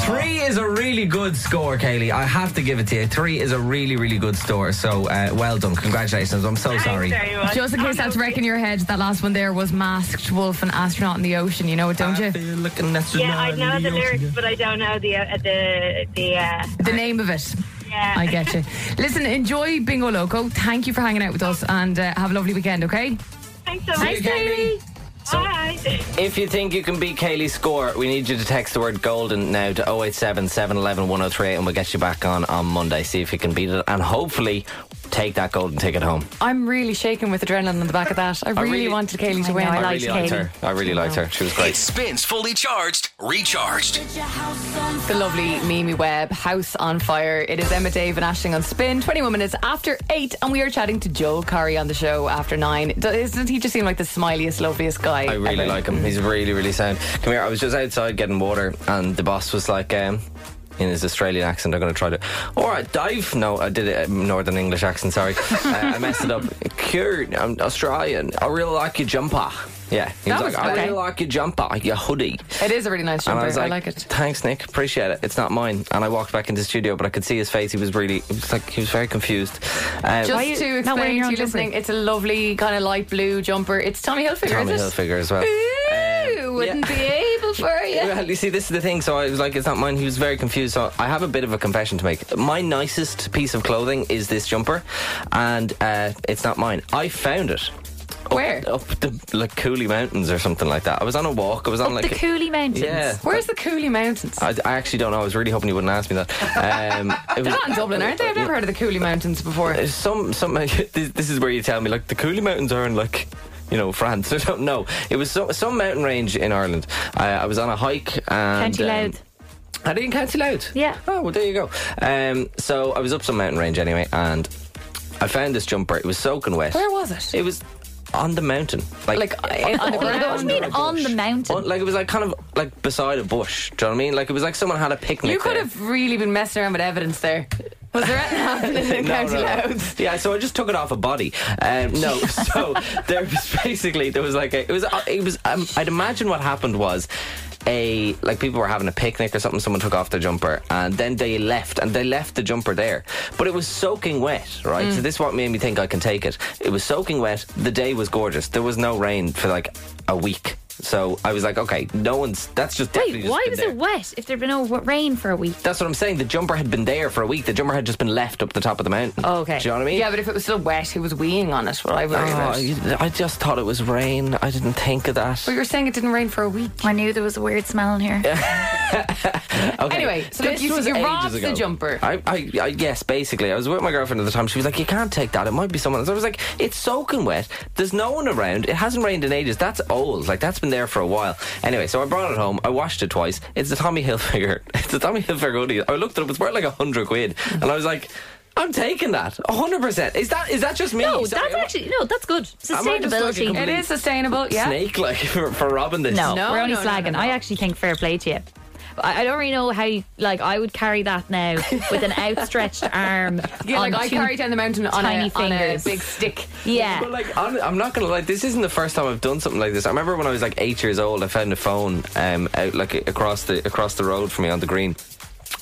Speaker 4: Three is a really good score, Kaylee. I have to give it to you. Three is a really, really good score. So uh, well done. Congratulations. I'm so sorry.
Speaker 9: Thanks very much.
Speaker 3: Just in case
Speaker 9: Oh,
Speaker 3: that's
Speaker 9: no.
Speaker 3: wrecking your head, that last one there was Masked Wolf and Astronaut in the Ocean. You know it, don't you?
Speaker 4: You're looking at you
Speaker 9: Yeah,
Speaker 4: now,
Speaker 9: I know the
Speaker 4: Leo.
Speaker 9: lyrics, but I don't know the uh, the the. Uh,
Speaker 3: The name of it.
Speaker 9: yeah.
Speaker 3: I get you. Listen, enjoy Bingo Loco. Thank you for hanging out with us and uh, have a lovely weekend, okay?
Speaker 9: Thanks so much.
Speaker 4: Kaylee. So
Speaker 9: Hi.
Speaker 4: if you think you can beat Kaylee's score, we need you to text the word golden now to 087 711 1038 and we'll get you back on on Monday. See if you can beat it and hopefully take that golden ticket home.
Speaker 3: I'm really shaking with adrenaline on the back of that. I really,
Speaker 4: really-
Speaker 3: wanted Kaylee to
Speaker 5: I
Speaker 3: win.
Speaker 5: know, I
Speaker 4: I
Speaker 5: like-
Speaker 4: really liked
Speaker 5: Kaylee.
Speaker 4: her. I really liked her. She was
Speaker 1: It
Speaker 4: great.
Speaker 1: spins fully charged, recharged.
Speaker 3: the lovely Mimi Webb, House on Fire. It is Emma Dave and Ashling on Spin, 21 minutes after 8, and we are chatting to Joel Curry on the show after 9. Doesn't he just seem like the smiliest, loveliest guy?
Speaker 4: I really
Speaker 3: ever?
Speaker 4: like him. He's really, really sound. Come here. I was just outside getting water, and the boss was like, um, in his Australian accent, I'm going to try to. All right, dive. No, I did it in Northern English accent. Sorry, uh, I messed it up. Cute. I'm Australian. I really like your jumper. Yeah, he
Speaker 3: That
Speaker 4: was,
Speaker 3: was
Speaker 4: like,
Speaker 3: okay.
Speaker 4: I really like your jumper, your hoodie.
Speaker 3: It is a really nice
Speaker 4: And
Speaker 3: jumper.
Speaker 4: I was like,
Speaker 3: I like it.
Speaker 4: Thanks, Nick. Appreciate it. It's not mine. And I walked back into the studio, but I could see his face. He was really, it was like, he was very confused. Uh,
Speaker 3: Just
Speaker 5: you
Speaker 3: to
Speaker 5: not wearing your
Speaker 3: explain to
Speaker 5: own
Speaker 3: you
Speaker 5: jumper?
Speaker 3: listening, it's a lovely kind of light blue jumper. It's Tommy Hilfiger,
Speaker 4: Tommy
Speaker 3: is it?
Speaker 4: Hilfiger as well.
Speaker 3: Ooh, wouldn't be able for you.
Speaker 4: Well, you see, this is the thing. So I was like, it's not mine. He was very confused. So I have a bit of a confession to make. My nicest piece of clothing is this jumper, and uh, it's not mine. I found it. up-
Speaker 3: Where?
Speaker 4: Up the like Cooley Mountains or something like that. I was on a walk. I was on
Speaker 5: Up
Speaker 4: like
Speaker 5: the Cooley Mountains.
Speaker 4: yeah.
Speaker 3: Where's the Cooley Mountains?
Speaker 4: I, I actually don't know. I was really hoping you wouldn't ask me that. Um, it was,
Speaker 3: They're not in Dublin, aren't they? I've never heard of the Cooley Mountains before.
Speaker 4: There's some some this, this is where you tell me like the Cooley Mountains are in like you know France. I don't know. It was some some mountain range in Ireland. I, I was on a hike and um,
Speaker 5: County Louth.
Speaker 4: I didn't cancel out.
Speaker 5: Yeah.
Speaker 4: Oh well, there you go. Um, so I was up some mountain range anyway, and I found this jumper. It was soaking wet.
Speaker 3: Where was it?
Speaker 4: It was on the mountain, like.
Speaker 3: Like uh, on the
Speaker 5: What do you
Speaker 3: ground.
Speaker 5: mean on the mountain?
Speaker 4: on- like it was like kind of like beside a bush. Do you know what I mean? Like it was like someone had a picnic.
Speaker 3: You could
Speaker 4: there.
Speaker 3: have really been messing around with evidence there. Was there anything happening in County Louth?
Speaker 4: Yeah, so I just took it off a body. Um, no, so there was basically there was like a, it was it was um, I'd imagine what happened was a like people were having a picnic or something. Someone took off their jumper and then they left and they left the jumper there, but it was soaking wet,
Speaker 5: Mm.
Speaker 4: right? So this is what made me think I can take it. It was soaking wet. The day was gorgeous. There was no rain for like a week. So I was like, okay, no one's. That's just definitely
Speaker 5: Wait,
Speaker 4: just
Speaker 5: why
Speaker 4: been
Speaker 5: was
Speaker 4: there.
Speaker 5: it wet if there'd been no w- rain for a week?
Speaker 4: That's what I'm saying. The jumper had been there for a week. The jumper had just been left up the top of the mountain.
Speaker 5: Oh, okay.
Speaker 4: Do you know what I mean?
Speaker 3: Yeah, but if it was still wet, who was weeing on it? What I worry
Speaker 4: Oh,
Speaker 3: about.
Speaker 4: you- I just thought it was rain. I didn't think of that.
Speaker 3: But you were saying it didn't rain for a week.
Speaker 5: I knew there was a weird smell in here.
Speaker 4: Okay.
Speaker 3: Anyway, so like
Speaker 4: This
Speaker 3: you,
Speaker 4: was
Speaker 3: you
Speaker 4: ages
Speaker 3: robbed
Speaker 4: ago.
Speaker 3: the jumper.
Speaker 4: I, I, I, yes, basically. I was with my girlfriend at the time. She was like, "You can't take that. It might be someone." else." I was like, "It's soaking wet. There's no one around. It hasn't rained in ages. That's old. Like that's been there for a while." Anyway, so I brought it home. I washed it twice. It's a Tommy Hilfiger. It's a Tommy Hilfiger hoodie. I looked it up. It's worth like a hundred quid, and I was like, "I'm taking that. A hundred percent. Is that is that just me?
Speaker 5: no,
Speaker 4: Sorry,
Speaker 5: that's
Speaker 4: am I-
Speaker 5: actually no, that's good.
Speaker 4: Am I just like a
Speaker 5: Sustainability.
Speaker 3: It
Speaker 4: complete
Speaker 3: is sustainable, yeah.
Speaker 4: snake like for, for robbing this?
Speaker 5: No,
Speaker 3: No,
Speaker 5: we're only
Speaker 3: no, no,
Speaker 5: slagging.
Speaker 3: no, no.
Speaker 5: I actually think fair play to you. But I I don't really know how you like. I would carry that now with an outstretched arm.
Speaker 3: Yeah, like
Speaker 5: on
Speaker 3: I
Speaker 5: two-
Speaker 3: carry down the mountain on,
Speaker 5: tiny
Speaker 3: a, on a
Speaker 5: fingers.
Speaker 3: big stick.
Speaker 5: Yeah,
Speaker 4: But like, I'm, I'm not gonna lie. This isn't the first time I've done something like this. I remember when I was like eight years old, I found a phone um out like across the across the road from me on the green.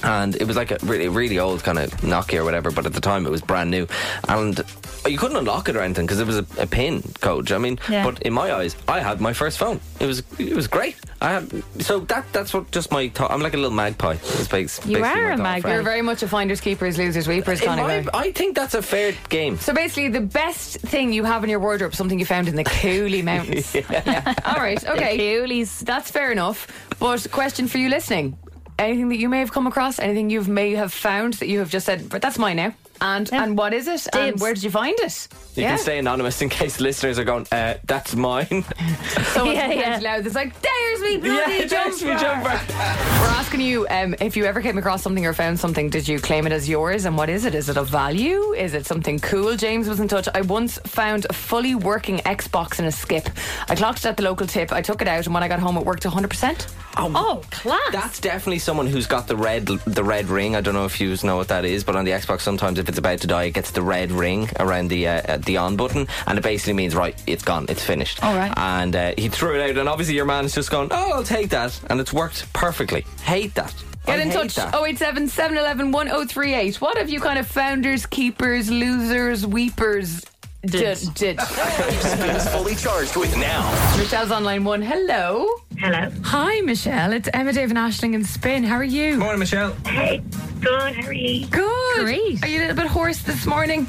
Speaker 4: And it was like a really, really old kind of Nokia or whatever, but at the time it was brand new. And you couldn't unlock it or anything because it was a, a pin code. I mean,
Speaker 5: Yeah.
Speaker 4: but in my eyes, I had my first phone. It was it was great. I had, so that that's what just my thought. I'm like a little magpie. is bas-
Speaker 5: You
Speaker 4: basically
Speaker 5: are
Speaker 4: my
Speaker 5: a
Speaker 4: thought
Speaker 5: magpie.
Speaker 4: frame.
Speaker 3: You're very much a finders, keepers, losers, weepers
Speaker 4: In
Speaker 3: kind of
Speaker 4: my,
Speaker 3: guy.
Speaker 4: I think that's a fair game.
Speaker 3: So basically, the best thing you have in your wardrobe, something you found in the Cooley Mountains. Yeah. All right, okay. Coolies. That's fair enough. But question for you listening: anything that you may have come across, anything you may have found that you have just said, but that's mine now. And
Speaker 5: Yeah.
Speaker 3: and what is it? And
Speaker 5: Dibs.
Speaker 3: where did you find it?
Speaker 4: You can stay anonymous in case listeners are going, uh, that's mine.
Speaker 3: So
Speaker 5: Yeah,
Speaker 3: it's
Speaker 5: yeah.
Speaker 3: yeah. loud. It's like there's me bloody
Speaker 4: that's me
Speaker 3: jumper."
Speaker 4: jumper.
Speaker 3: We're asking you um, if you ever came across something or found something, did you claim it as yours? And what is it? Is it of value? Is it something cool? James was in touch. I once found a fully working Xbox in a skip. I clocked it at the local tip. I took it out, and when I got home, it worked 100%.
Speaker 5: Oh, class.
Speaker 4: That's definitely someone who's got the red the red ring. I don't know if you know what that is, but on the Xbox, sometimes if it's about to die, it gets the red ring around the uh, uh, the on button, and it basically means right, it's gone, it's finished.
Speaker 5: All right.
Speaker 4: And uh, he threw it out, and obviously your man's just gone, oh, I'll take that, and it's worked perfectly. Hate that.
Speaker 3: Get
Speaker 4: I
Speaker 3: in
Speaker 4: hate
Speaker 3: touch.
Speaker 4: that.
Speaker 3: 087 711 1038. What have you kind of founders, keepers, losers, weepers did?
Speaker 5: Did.
Speaker 3: did.
Speaker 1: Spins fully charged with now.
Speaker 3: Michelle's on line one. Hello.
Speaker 9: Hello.
Speaker 3: Hi, Michelle. It's Emma David Ashling and Spin. How are you?
Speaker 4: Morning, Michelle.
Speaker 9: Hey, good. How are you?
Speaker 3: Good.
Speaker 5: Great.
Speaker 3: Are you a little bit hoarse this morning?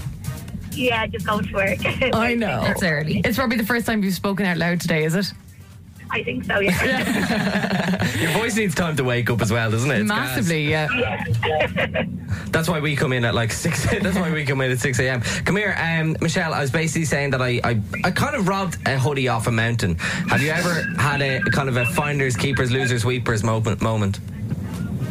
Speaker 9: Yeah, just going to work.
Speaker 3: know.
Speaker 5: That's early.
Speaker 3: It's probably the first time you've spoken out loud today, is it?
Speaker 9: I think so, yeah.
Speaker 4: Your voice needs time to wake up as well, doesn't it? It's gas.
Speaker 10: Massively, yeah.
Speaker 4: That's why we come in at like six. that's why we come in at six a.m. Come here, um, Michelle. I was basically saying that I, I, I kind of robbed a hoodie off a mountain. Have you ever had a kind of a finders, keepers, losers, weepers moment? moment?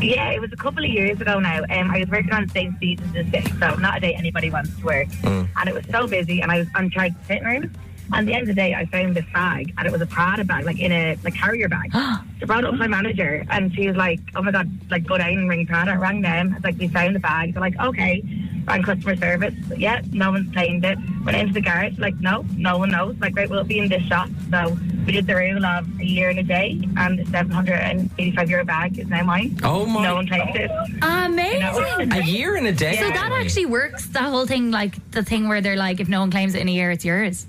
Speaker 9: yeah, it was a couple of years ago now. Um, I was working on the same season as this, so not a day anybody wants to work. And it was so busy, and I was on charge of sitting room. And at the end of the day, I found this bag, and it was a Prada bag, like in a like carrier bag. so I brought it up to my manager, and she was like, "Oh my god, like go down and ring Prada." I rang them. I was like, "We found the bag." They're like, "Okay." Rang customer service. Yeah, no one's claimed it. Went into the garage. Like, no, no one knows. Like, right, we'll be in this shop. So we did the rule of a year and a day, and the 785 euro bag is now mine.
Speaker 4: Oh my!
Speaker 9: No one takes it.
Speaker 5: Amazing.
Speaker 4: a year and a day.
Speaker 5: So that actually works. The whole thing, like the thing where they're like, if no one claims it in a year, it's yours.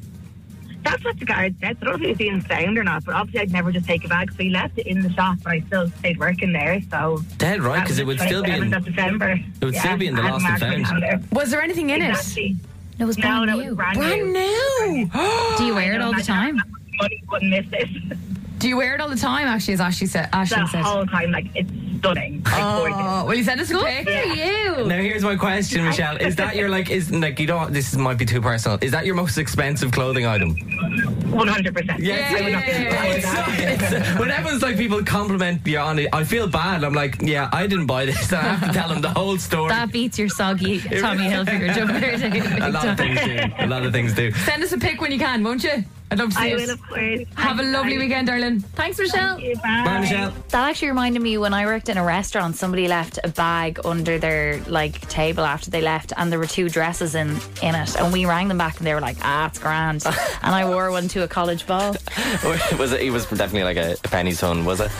Speaker 9: That's what the guard said. So I don't know if he was being sound or not, but obviously I'd never just take a bag. So he left it in the shop, but I still stayed working there. So
Speaker 4: dead right because it would still be in.
Speaker 9: in December.
Speaker 4: it would still be in the
Speaker 9: I had
Speaker 4: lost and
Speaker 9: markings
Speaker 4: found.
Speaker 9: on there.
Speaker 10: Was there anything in
Speaker 9: Exactly.
Speaker 5: It was
Speaker 9: No,
Speaker 5: brand
Speaker 9: no, it
Speaker 5: new.
Speaker 9: was brand, new.
Speaker 10: it? No.
Speaker 5: Do you wear it all the time?
Speaker 9: Money wouldn't miss it
Speaker 10: Do you wear it all the time? Actually, as Ashley said.
Speaker 9: the
Speaker 10: Ashley said.
Speaker 9: whole time. Like it's stunning. Like, gorgeous.
Speaker 10: Oh, will you send us a pic?
Speaker 5: For you.
Speaker 4: Now here's my question, Michelle. Is that your like? Is like you don't? This might be too personal. Is that your most expensive clothing item?
Speaker 9: 100%.
Speaker 4: Yes.
Speaker 9: I would not be able to buy that.
Speaker 4: It's- when everyone's like people compliment you on it, I feel bad. I'm like, yeah, I didn't buy this. I have to tell them the whole story.
Speaker 5: That beats your soggy Tommy Hilfiger jumper.
Speaker 4: a lot of things do. A lot of things do.
Speaker 10: Send us a pic when you can, won't you? I'd love to see
Speaker 9: I
Speaker 10: it.
Speaker 9: will, of course.
Speaker 10: Have a lovely weekend, darling.
Speaker 5: Thanks, Michelle.
Speaker 4: Bye, Michelle.
Speaker 5: That actually reminded me when I worked in a restaurant, somebody left a bag under their like table after they left, and there were two dresses in in it. And we rang them back, and they were like, "Ah, it's grand." and I wore one to a college ball.
Speaker 4: was it? He was definitely like a, a penny son, was it?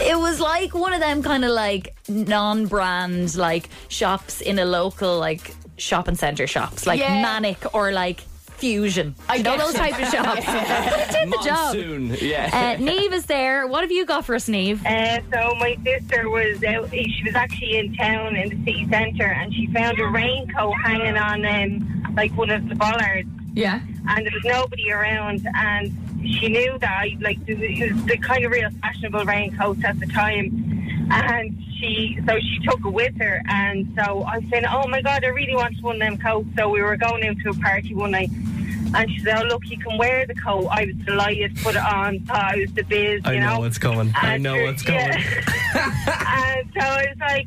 Speaker 5: It was like one of them kind of like non-brand like shops in a local like shopping center shops, like
Speaker 3: Yeah.
Speaker 5: Manic or like Fusion. I know those type of shops. Did the job.
Speaker 4: Monsoon. Yeah.
Speaker 5: Uh, Neve is there. What have you got for us, Neve?
Speaker 9: Uh, so my sister was out, she was actually in town in the city centre and she found a raincoat hanging on um, like one of the bollards
Speaker 10: Yeah.
Speaker 9: and there was nobody around and she knew that I like it was the kind of real fashionable raincoats at the time and she so she took it with her and so I said oh my god I really want one of them coats so we were going out to a party one night and she said oh look you can wear the coat I was delighted put it on thought I was the biz you
Speaker 4: I know what's coming. I
Speaker 9: and
Speaker 4: know
Speaker 9: she-
Speaker 4: what's coming.
Speaker 9: yeah. and so I was like,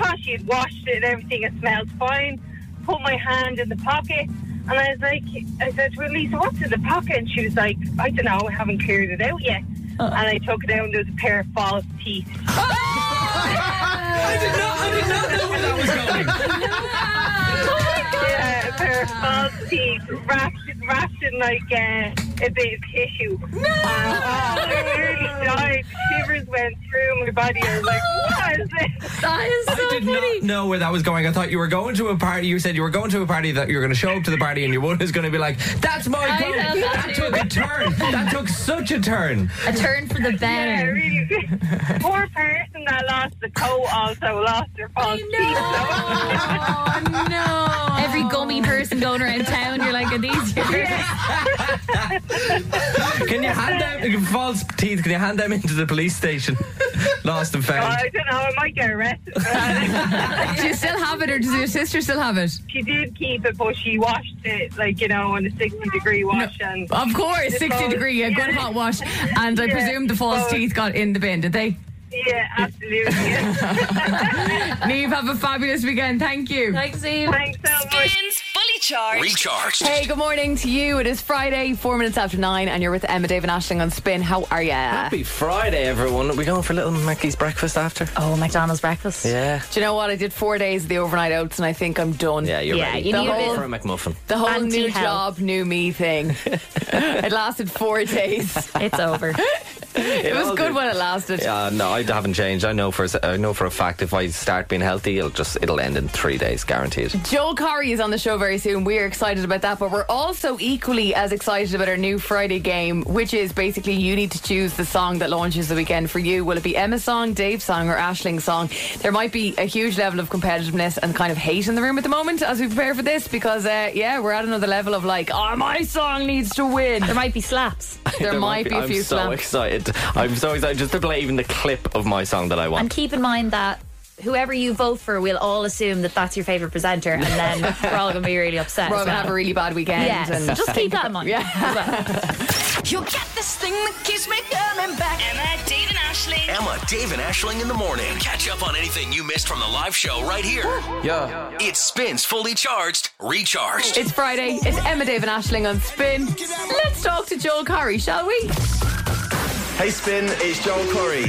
Speaker 9: gosh, you'd washed it and everything, it smelled fine. Put my hand in the pocket. And I was like, I said, well, Lisa, what's in the pocket? And she was like, I don't know, I haven't cleared it out yet.
Speaker 4: Uh-uh.
Speaker 9: And I took it out and there was a pair of false teeth.
Speaker 4: I did not. I did not know where that was going.
Speaker 9: Yeah, a pair of false teeth wrapped, wrapped in like uh, a bit of tissue. No! I nearly died. Shivers went through my body. I was like, what is this?
Speaker 5: That is so
Speaker 4: I did
Speaker 5: funny.
Speaker 4: not know where that was going. I thought you were going to a party. You said you were going to a party that you were going to show up to the party, and your one is going to be like, "That's my
Speaker 5: I
Speaker 4: coat."
Speaker 5: know that
Speaker 4: That
Speaker 5: too.
Speaker 4: took a turn. That took such a turn.
Speaker 5: A turn for the
Speaker 9: Yeah,
Speaker 5: better.
Speaker 9: really good. Poor person that lost the coat also lost their false teeth.
Speaker 10: Oh,
Speaker 5: Every gummy person going around town, you're like, are these yours?
Speaker 4: Can you hand them false teeth? Can you hand them into the police station? Lost and
Speaker 9: So,
Speaker 4: found.
Speaker 9: I don't know, I might get arrested. for that.
Speaker 10: no. Do you still have it or does your sister still have it?
Speaker 9: she did keep it, but she washed it, like, you know, in a 60 degree wash. And
Speaker 10: Of course,
Speaker 9: It's
Speaker 10: 60
Speaker 9: all-
Speaker 10: degree, a good
Speaker 9: Yeah.
Speaker 10: hot wash. And I
Speaker 9: Yeah, Oh.
Speaker 10: presume the false
Speaker 9: both.
Speaker 10: teeth got in the bin, did they?
Speaker 9: yeah, absolutely.
Speaker 10: Neve, have a fabulous weekend. Thank you.
Speaker 5: Thanks, Eve.
Speaker 9: Thanks so much.
Speaker 2: Spins Fully Charged.
Speaker 1: Recharged.
Speaker 3: Hey, good morning to you. It is Friday, four minutes after nine, and you're with Emma, Dave, and Ashling on Spin. How are ya?
Speaker 4: Happy Friday, everyone. Are we going for little Mackey's breakfast after?
Speaker 5: Oh, McDonald's breakfast.
Speaker 4: Yeah.
Speaker 3: Do you know what? I did four days of the overnight oats, and I think I'm done.
Speaker 4: Yeah, you're
Speaker 5: Yeah,
Speaker 4: ready.
Speaker 5: you
Speaker 4: The
Speaker 5: need a
Speaker 4: whole
Speaker 5: bit-
Speaker 4: for a McMuffin.
Speaker 3: The whole new
Speaker 5: Anti-health.
Speaker 3: job, new me thing. it lasted four days.
Speaker 5: It's over.
Speaker 3: It was good when it lasted.
Speaker 4: Yeah, no, I haven't changed. I know for a, se- I know for a fact if I start being healthy, it'll just it'll end in three days, guaranteed.
Speaker 3: Joel Corey is on the show very soon. We are excited about that, but we're also equally as excited about our new Friday game, which is basically you need to choose the song that launches the weekend for you. Will it be Emma's song, Dave's song, or Ashling's song? There might be a huge level of competitiveness and kind of hate in the room at the moment as we prepare for this because, uh, yeah, we're at another level of like, oh, my song needs to win.
Speaker 5: There might be slaps.
Speaker 7: There might be a
Speaker 4: I'm
Speaker 7: few
Speaker 4: so
Speaker 7: slams.
Speaker 4: excited. I'm so excited just to play even the clip of my song that I
Speaker 5: And
Speaker 4: want.
Speaker 5: keep in mind that whoever you vote for, we'll all assume that that's your favorite presenter, and then we're all going to be really upset.
Speaker 7: We're
Speaker 5: as
Speaker 7: all gonna
Speaker 5: well.
Speaker 7: have a really bad weekend
Speaker 5: Yes,
Speaker 7: and-
Speaker 5: just keep that in mind.
Speaker 2: You'll get this thing that keeps me coming back. Emma, Dave, and Ashling.
Speaker 1: Emma, Dave, and Ashling in the morning. Catch up on anything you missed from the live show right here.
Speaker 4: Yeah.
Speaker 1: It spins fully charged, recharged.
Speaker 7: It's Friday. It's Emma, Dave, and Ashling on Spin. Let's talk to Joel Curry, shall we?
Speaker 11: Hey, Spin, it's Joel Corey.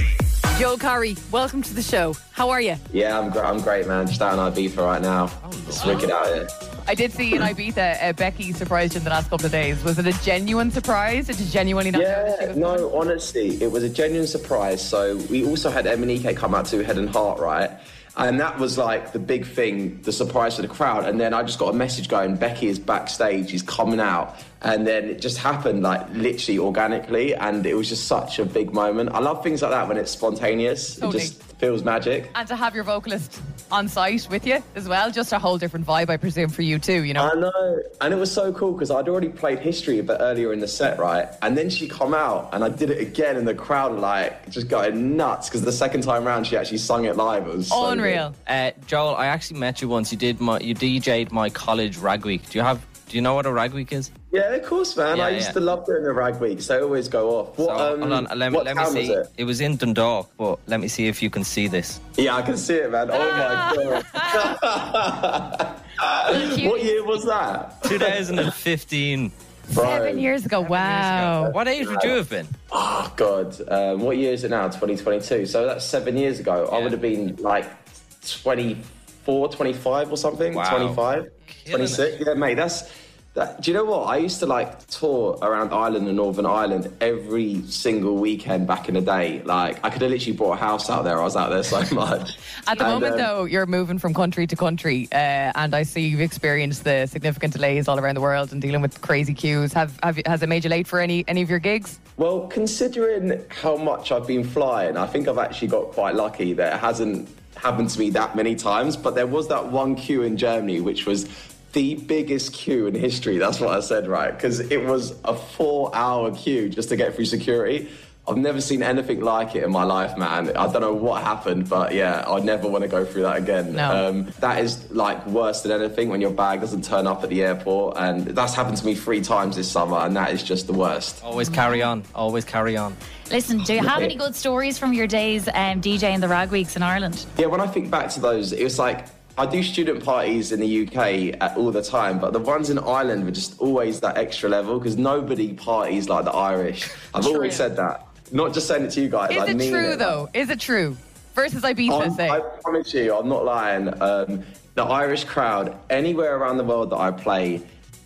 Speaker 7: Joel Curry, welcome to the show. How are you?
Speaker 11: Yeah, I'm, gr- I'm great, man. Just out in Ibiza right now. It's wicked out here.
Speaker 3: I did see in Ibiza, uh, Becky surprised you in the last couple of days. Was it a genuine surprise? Did you genuinely not know that she
Speaker 11: Yeah,
Speaker 3: was?
Speaker 11: no, honestly, it was a genuine surprise. So we also had Emanike come out to Head and Heart, right? And that was like the big thing, the surprise to the crowd. And then I just got a message going, Becky is backstage, he's coming out. And then it just happened, like literally organically. And it was just such a big moment. I love things like that when it's spontaneous.
Speaker 3: Totally.
Speaker 11: It just feels magic.
Speaker 3: And to have your vocalist on site with you as well, just a whole different vibe, I presume, for you too, you know?
Speaker 11: I know, and it was so cool because I'd already played history a bit earlier in the set, right? And then she come out, and I did it again, and the crowd like just going nuts because the second time round she actually sung it live. It was so
Speaker 4: Uh, Joel, I actually met you once. You did my, you DJ'd my college rag week. Do you have? Do you know what a rag week is?
Speaker 11: good. Yeah, of course, man.
Speaker 4: Yeah,
Speaker 11: I used
Speaker 4: yeah.
Speaker 11: to love doing the rag week, so I always go off. What, um,
Speaker 4: Hold on, let me,
Speaker 11: what
Speaker 4: let me
Speaker 11: town
Speaker 4: see.
Speaker 11: was it?
Speaker 4: was in Dundalk, but let me see if you can see this.
Speaker 11: Yeah, I can see it, man. Oh my god. what year was that?
Speaker 4: 2015.
Speaker 3: Seven years ago, wow.
Speaker 4: What age would you have been?
Speaker 11: Oh God, um, what year is it now? 2022. So that's seven years ago. I would have been like 24, 25 or something.
Speaker 4: Wow.
Speaker 11: 25, 26. Yeah, mate. That's that. Do you know what? I used to like tour around Ireland and Northern Ireland every single weekend back in the day. Like I could have literally bought a house out there. I was out there so much.
Speaker 3: At the
Speaker 11: And,
Speaker 3: moment,
Speaker 11: um,
Speaker 3: though, you're moving from country to country, uh, and I see you've experienced the significant delays all around the world and dealing with crazy queues. Have, have has it made you late for any any of your gigs?
Speaker 11: Well, considering how much I've been flying, I think I've actually got quite lucky that it hasn't happened to me that many times. But there was that one queue in Germany, which was the biggest queue in history. That's what I said, right? Because it was a four hour queue just to get through security. I've never seen anything like it in my life, man. I don't know what happened, but yeah, I never want to go through that again.
Speaker 3: No.
Speaker 11: Um, that is like worse than anything when your bag doesn't turn up at the airport. And that's happened to me three times this summer, and that is just the worst.
Speaker 4: Always carry on. Always carry on.
Speaker 5: Listen, do you have any good stories from your days um, DJing the Rag Weeks in Ireland?
Speaker 11: Yeah, when I think back to those, it was like I do student parties in the UK at- all the time, but the ones in Ireland were just always that extra level because nobody parties like the Irish. I've always said that. Not just saying it to you guys.
Speaker 3: Is
Speaker 11: I
Speaker 3: it
Speaker 11: mean
Speaker 3: true
Speaker 11: it.
Speaker 3: though? Is it true? Versus Ibiza,
Speaker 11: I'm-
Speaker 3: say.
Speaker 11: I promise you, I'm not lying. Um, the Irish crowd, anywhere around the world that I play,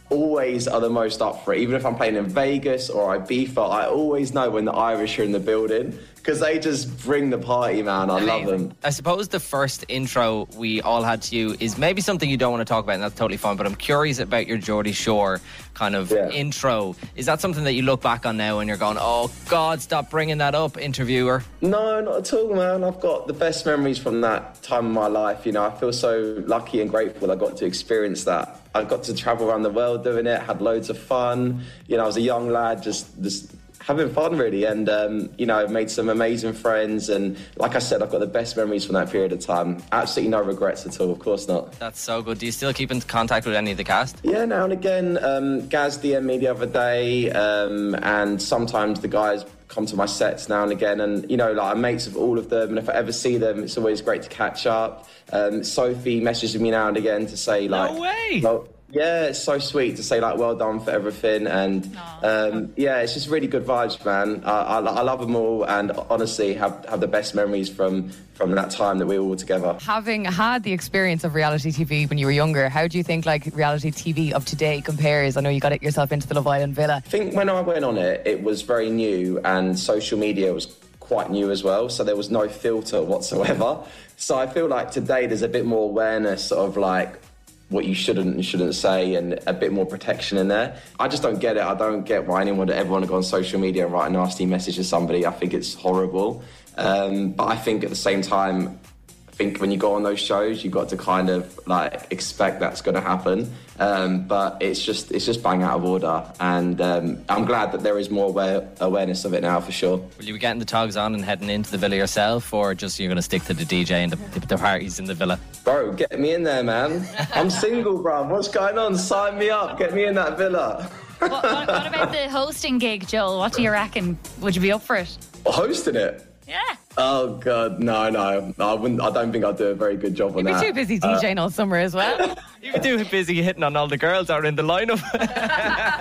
Speaker 11: always are the most up for it. Even if I'm playing in Vegas or Ibiza, I always know when the Irish are in the building because they just bring the party, man. I love them.
Speaker 4: I suppose the first intro we all had to you is maybe something you don't want to talk about, and that's totally fine. But I'm curious about your Geordie Shore kind of intro. Is that something that you look back on now and you're going, "Oh God, stop bringing that up, interviewer"?
Speaker 11: No, not at all, man. I've got the best memories from that time of my life. You know, I feel so lucky and grateful I got to experience that. I got to travel around the world doing it, had loads of fun. You know, I was a young lad, just, just having fun, really. And, um, you know, I've made some amazing friends. And like I said, I've got the best memories from that period of time. Absolutely no regrets at all, of course not.
Speaker 4: That's so good. Do you still keep in contact with any of the cast?
Speaker 11: Yeah, now and again. Um, Gaz DM me the other day, um, and sometimes the guys come to my sets now and again. And you know, like I'm mates with all of them, and if I ever see them, it's always great to catch up. Um, Sophie messages me now and again to say like,
Speaker 4: way.
Speaker 11: Well, yeah, it's so sweet to say like, well done for everything, and um, yeah, it's just really good vibes, man. I, I, I love them all, and honestly, have have the best memories from from that time that we were all together.
Speaker 3: Having had the experience of reality TV when you were younger, how do you think like reality TV of today compares? I know you got it yourself into the Love Island villa.
Speaker 11: I think when I went on it, it was very new and social media was quite new as well. So there was no filter whatsoever. So I feel like today there's a bit more awareness of like what you shouldn't and shouldn't say and a bit more protection in there. I just don't get it. I don't get why anyone would ever want to go on social media and write a nasty message to somebody. I think it's horrible. Um, but I think at the same time, I think when you go on those shows, you've got to kind of like expect that's going to happen. Um, but it's just it's just bang out of order, and um, I'm glad that there is more aware- awareness of it now for sure.
Speaker 4: Will you be getting the togs on and heading into the villa yourself, or just you're going to stick to the DJ and the, the parties in the villa?
Speaker 11: Bro, get me in there, man. I'm single, bro. What's going on? Sign me up. Get me in that villa.
Speaker 5: what, what, what about the hosting gig, Joel? What do you reckon? Would you be up for it?
Speaker 11: Hosting it.
Speaker 5: Yeah.
Speaker 11: Oh god, no, no. I wouldn't. I don't think I'd do a very good job on
Speaker 3: You'd be
Speaker 11: that.
Speaker 3: too busy
Speaker 11: Uh,
Speaker 3: DJing all summer as well.
Speaker 4: You've been too busy hitting on all the girls that are in the lineup.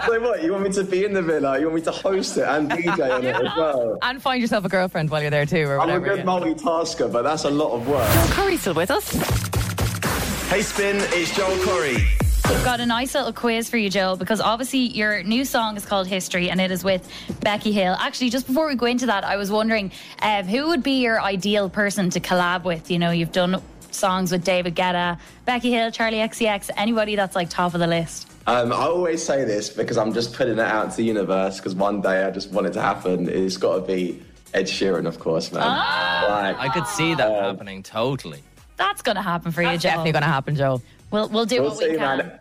Speaker 11: so what? You want me to be in the villa? You want me to host it and DJ on it as well?
Speaker 3: and find yourself a girlfriend while you're there too, or
Speaker 11: I'm a
Speaker 3: whatever.
Speaker 11: good multitasker, but that's a lot of work.
Speaker 3: Curry's still with us.
Speaker 12: Hey, Spin, it's Joel Corey.
Speaker 5: We've got a nice little quiz for you, Joel, because obviously your new song is called History and it is with Becky Hill. Actually, just before we go into that, I was wondering um, who would be your ideal person to collab with? You know, you've done songs with David Guetta, Becky Hill, Charlie XCX, anybody that's like top of the list.
Speaker 11: Um, I always say this because I'm just putting it out to the universe because one day I just want it to happen. It's got to be Ed Sheeran, of course, man. Like,
Speaker 4: Ah!
Speaker 11: um,
Speaker 4: I could see that happening totally.
Speaker 5: That's going to happen for you, Joel.
Speaker 3: Definitely going to happen, Joel.
Speaker 5: We'll, we'll do what we
Speaker 11: see,
Speaker 5: can.
Speaker 11: man.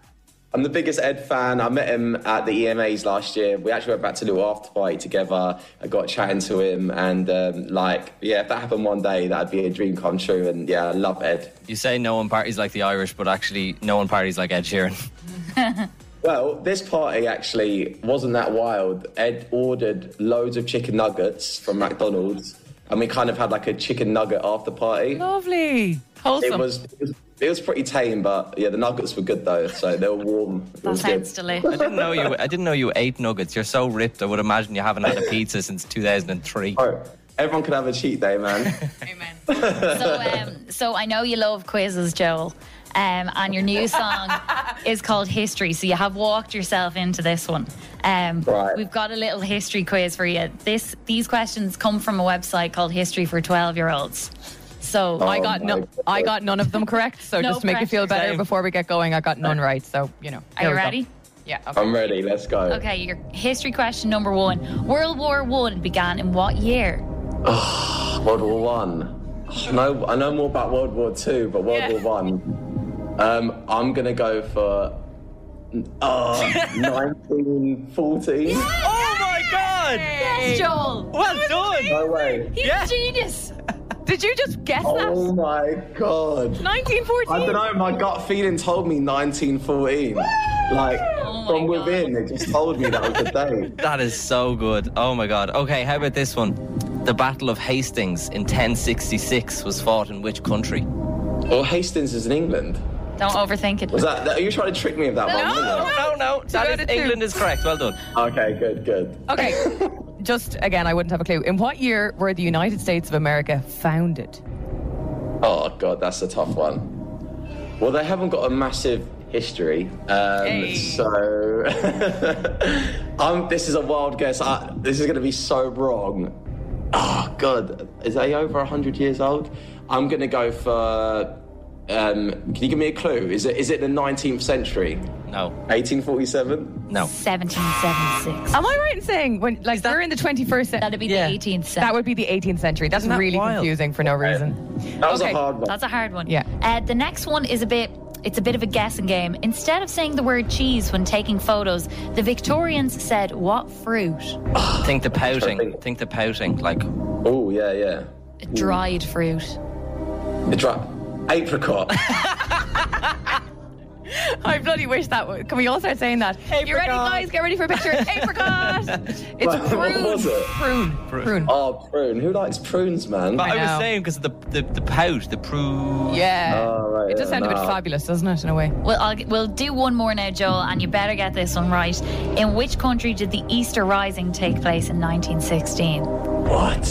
Speaker 11: I'm the biggest Ed fan. I met him at the EMAs last year. We actually went back to a little after party together. I got chatting to him, and um, like, yeah, if that happened one day, that'd be a dream come true. And yeah, I love Ed.
Speaker 4: You say no one parties like the Irish, but actually, no one parties like Ed Sheeran.
Speaker 11: Well, this party actually wasn't that wild. Ed ordered loads of chicken nuggets from McDonald's, and we kind of had like a chicken nugget after party.
Speaker 3: Lovely.
Speaker 11: It was, it was it was pretty tame, but yeah, the nuggets were good though. So they were warm. It
Speaker 5: That
Speaker 11: was good.
Speaker 5: sounds delicious.
Speaker 4: I didn't know you. I didn't know you ate nuggets. You're so ripped. I would imagine you haven't had a pizza since 2003.
Speaker 11: Everyone could have a cheat day, man.
Speaker 5: So, um, so I know you love quizzes, Joel, um, and your new song is called History. So you have walked yourself into this one. Um,
Speaker 13: Right.
Speaker 5: We've got a little history quiz for you. This these questions come from a website called History for Twelve Year Olds. So
Speaker 3: I got no, I got none of them correct. So
Speaker 5: No
Speaker 3: just to make you feel
Speaker 5: pressure.
Speaker 3: better
Speaker 5: Same.
Speaker 3: before we get going, I got none right. So you know.
Speaker 5: Are
Speaker 3: there
Speaker 5: you
Speaker 3: we go.
Speaker 5: ready?
Speaker 3: Yeah.
Speaker 11: I'm ready. Let's go.
Speaker 5: Okay, your history question number one: World War One began in what year?
Speaker 11: Oh, World War One. I know I know more about World War Two, but World War One. Um, I'm gonna go for uh, 1914.
Speaker 4: Oh my god!
Speaker 5: Yes, Joel.
Speaker 4: Well done.
Speaker 11: No way.
Speaker 5: He's a genius.
Speaker 3: Did you just guess
Speaker 11: Oh my god.
Speaker 3: 1914.
Speaker 11: I don't know. My gut feeling told me 1914. Like from within, it just told me that was the day.
Speaker 4: That is so good. Oh my god. Okay, how about this one? The Battle of Hastings in 1066 was fought in which country?
Speaker 11: Well, Oh, Hastings is in England.
Speaker 5: Don't overthink it.
Speaker 11: Was that? that- Are you trying to trick me with that
Speaker 5: No,
Speaker 11: one? wasn't
Speaker 4: no, no.
Speaker 3: That is England
Speaker 4: is correct. Well done.
Speaker 11: Okay, good, good.
Speaker 3: Okay. just again, I wouldn't have a clue. In what year were the United States of America founded?
Speaker 11: Oh god, that's a tough one. Well, they haven't got a massive history, um, so I'm, this is a wild guess. I, this is going to be so wrong. Oh god, is they over hundred years old? I'm going to go for. Um, can you give me a clue? Is it is it the 19th century?
Speaker 4: No.
Speaker 11: 1847.
Speaker 4: No.
Speaker 5: 1776.
Speaker 3: Am I right in saying when like we're in the 21st century? That'd
Speaker 5: be the 18th century.
Speaker 3: That would be the 18th century. That's
Speaker 5: Isn't that
Speaker 3: really
Speaker 5: wild?
Speaker 3: confusing for no reason.
Speaker 11: That was a hard one.
Speaker 5: That's a hard one.
Speaker 3: Yeah.
Speaker 5: Uh, the next one is a bit. It's a bit of a guessing game. Instead of saying the word cheese when taking photos, the Victorians said what fruit?
Speaker 4: Think the pouting. Think the pouting. Like.
Speaker 11: Oh yeah, yeah.
Speaker 5: Dried fruit.
Speaker 11: The drop. Apricot.
Speaker 3: I bloody wish that. Would, can we all start saying that? You ready, guys? Get ready for a picture. Apricot. It's
Speaker 11: What was
Speaker 3: prune.
Speaker 11: it?
Speaker 3: Prune. Prune.
Speaker 11: Oh, prune. Who likes prunes, man?
Speaker 4: But I, was saying because of the, the the pout, the prue.
Speaker 3: Yeah.
Speaker 11: Oh, right,
Speaker 3: it does
Speaker 11: yeah,
Speaker 3: sound a bit
Speaker 11: no.
Speaker 3: fabulous, doesn't it? In a way.
Speaker 5: Well, I'll, we'll do one more now, Joel, and you better get this one right. In which country did the Easter Rising take place in 1916?
Speaker 11: What?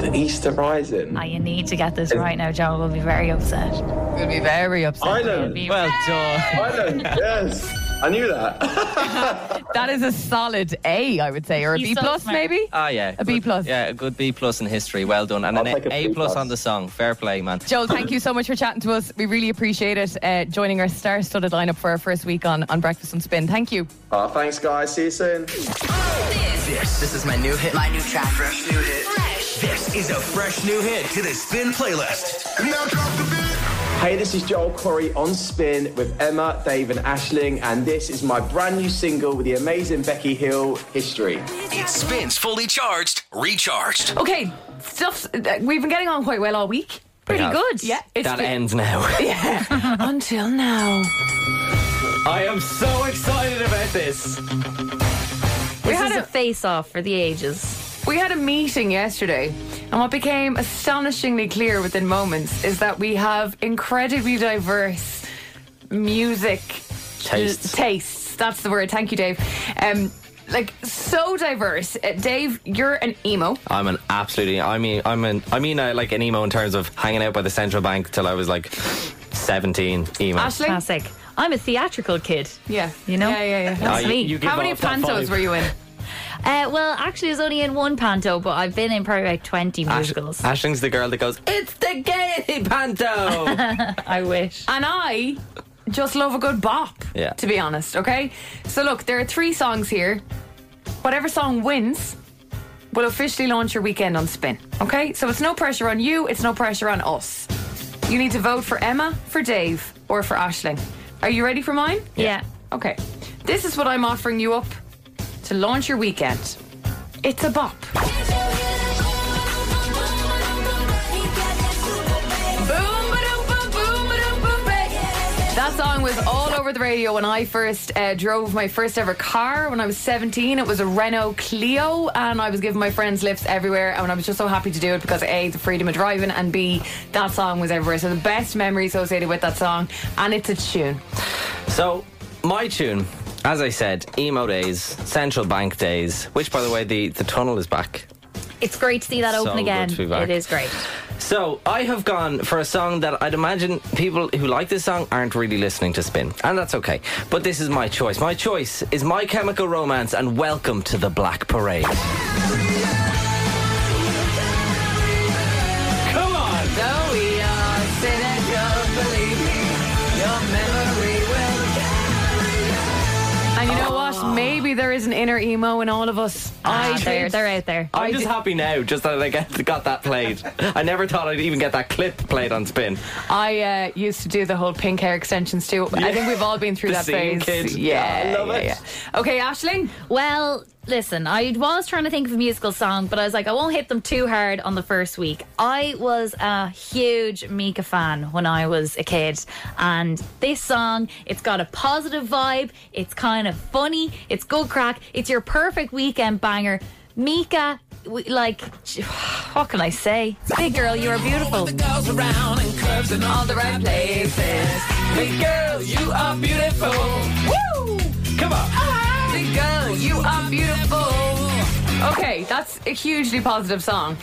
Speaker 11: The Easter Rising?
Speaker 5: Ah, you need to get this right now, Joel. We'll be very upset.
Speaker 3: We'll be very upset.
Speaker 11: Ireland.
Speaker 4: Well done.
Speaker 11: Ireland. Yes. I knew that.
Speaker 3: That is a solid A, I would say, or a B plus, maybe.
Speaker 4: Ah, yeah.
Speaker 3: A B
Speaker 4: good-
Speaker 3: plus.
Speaker 4: Yeah, a good B plus in history. Well done. And
Speaker 11: I'll
Speaker 4: an
Speaker 11: take a
Speaker 4: A,
Speaker 11: B
Speaker 4: plus
Speaker 11: plus.
Speaker 4: on the song. Fair play, man.
Speaker 3: Joel, thank you so much for chatting to us. We really appreciate it. Uh, joining our star-studded lineup for our first week on on Breakfast and Spin. Thank you.
Speaker 11: Oh, thanks, guys. See you soon.
Speaker 1: This, this is my new hit. My new track. Fresh new hit. Fresh. This is a fresh new hit to the Spin playlist.
Speaker 14: Now drop the beat.
Speaker 11: Hey, this is Joel Corey on Spin with Emma, Dave, and Ashling, and this is my brand new single with the amazing Becky Hill, History.
Speaker 1: It spins fully charged, recharged.
Speaker 3: Okay, stuff. uh, We've been getting on quite well all week.
Speaker 1: Pretty have. good.
Speaker 3: Yeah,
Speaker 1: That ends now.
Speaker 3: Yeah, until now.
Speaker 15: I am so excited about this.
Speaker 5: This is a face off for the ages.
Speaker 3: We had a meeting yesterday, and what became astonishingly clear within moments is that we have incredibly diverse music
Speaker 15: Tastes.
Speaker 3: tastes. That's the word. Thank you, Dave. Um, like so diverse. Uh, Dave, you're an emo.
Speaker 4: I'm an absolutely. I mean, I'm an. I mean, uh, like an emo in terms of hanging out by the central bank till I was like 17. Emo.
Speaker 5: Classic. I'm a theatrical kid.
Speaker 3: Yeah.
Speaker 5: You know?
Speaker 3: Yeah, yeah, yeah.
Speaker 4: Ah,
Speaker 5: That's
Speaker 4: you-
Speaker 5: me.
Speaker 4: you give How many off that pantos vibe. were you in?
Speaker 5: Uh, well, actually, I was only in one panto, but I've been in probably about 20
Speaker 4: Ash-
Speaker 5: musicals.
Speaker 4: Ashling's the girl that goes. It's the gay panto.
Speaker 5: I wish.
Speaker 3: And I just love a good bop.
Speaker 4: Yeah.
Speaker 3: To be honest, okay? So look, there are three songs here. Whatever song wins will officially launch your weekend on spin. Okay? So it's no pressure on you, it's no pressure on us. You need to vote for Emma, for Dave, or for Ashling. Are you ready for mine?
Speaker 5: Yeah.
Speaker 3: Okay. This is what I'm offering you up to launch your weekend. It's a bop. That song was all over the radio when I first uh, drove my first ever car when I was 17. It was a Renault Clio, and I was giving my friends lifts everywhere. And I was just so happy to do it because A, the freedom of driving, and B, that song was everywhere. So the best memory associated with that song, and it's a tune.
Speaker 4: So, my tune, as I said, emo days, central bank days, which, by the way, the, the tunnel is back.
Speaker 5: It's great to see that
Speaker 4: So
Speaker 5: open
Speaker 4: good
Speaker 5: again.
Speaker 4: to be back.
Speaker 5: It is great.
Speaker 4: So, I have gone for a song that I'd imagine people who like this song aren't really listening to Spin, and that's okay. But this is my choice. My choice is My Chemical Romance and Welcome to the Black Parade.
Speaker 5: Ah,
Speaker 3: Come on! Though we are cynical, believe me, your memory will And you know what? Maybe there is an inner emo in all of us.
Speaker 5: Ah,
Speaker 3: I
Speaker 5: they're,
Speaker 3: think-
Speaker 5: they're out there.
Speaker 4: I'm just happy now, just that I get, got that played. I never thought I'd even get that clip played on Spin.
Speaker 3: I uh, used to do the whole pink hair extensions too. I
Speaker 4: Yeah.
Speaker 3: think we've all been through
Speaker 4: The
Speaker 3: that
Speaker 4: scene,
Speaker 3: phase.
Speaker 4: kid.
Speaker 3: Yeah,
Speaker 4: Yeah, I love
Speaker 3: yeah,
Speaker 4: it.
Speaker 3: yeah. Okay, Ashling.
Speaker 5: Well, listen, I was trying to think of a musical song, but I was like, I won't hit them too hard on the first week. I was a huge Mika fan when I was a kid, and this song, it's got a positive vibe, it's kind of funny, it's good crack, it's your perfect weekend banger. Mika, we- like, what can I say? Big girl, you are beautiful.
Speaker 2: around and curves in all the right places. Big girl, you are beautiful. Woo!
Speaker 4: Come on.
Speaker 3: Big girl, you are beautiful. Okay, that's a hugely positive song.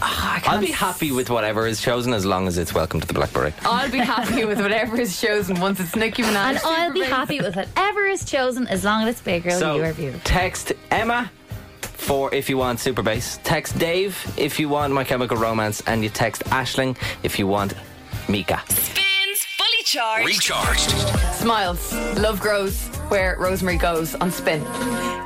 Speaker 3: Ah,
Speaker 4: I'll be happy with whatever is chosen as long as it's Welcome to the Black Parade.
Speaker 3: I'll be happy with whatever is chosen once it's Nicki Minaj.
Speaker 5: And I'll be happy with whatever is chosen as long as it's Big Girl,
Speaker 4: So,
Speaker 5: you are beautiful.
Speaker 4: Text Emma for if you want Super Bass. Text Dave if you want My Chemical Romance, and you text Ashling if you want Mika.
Speaker 2: Spins fully charged.
Speaker 1: Recharged.
Speaker 3: Smiles, love grows where rosemary goes on spin.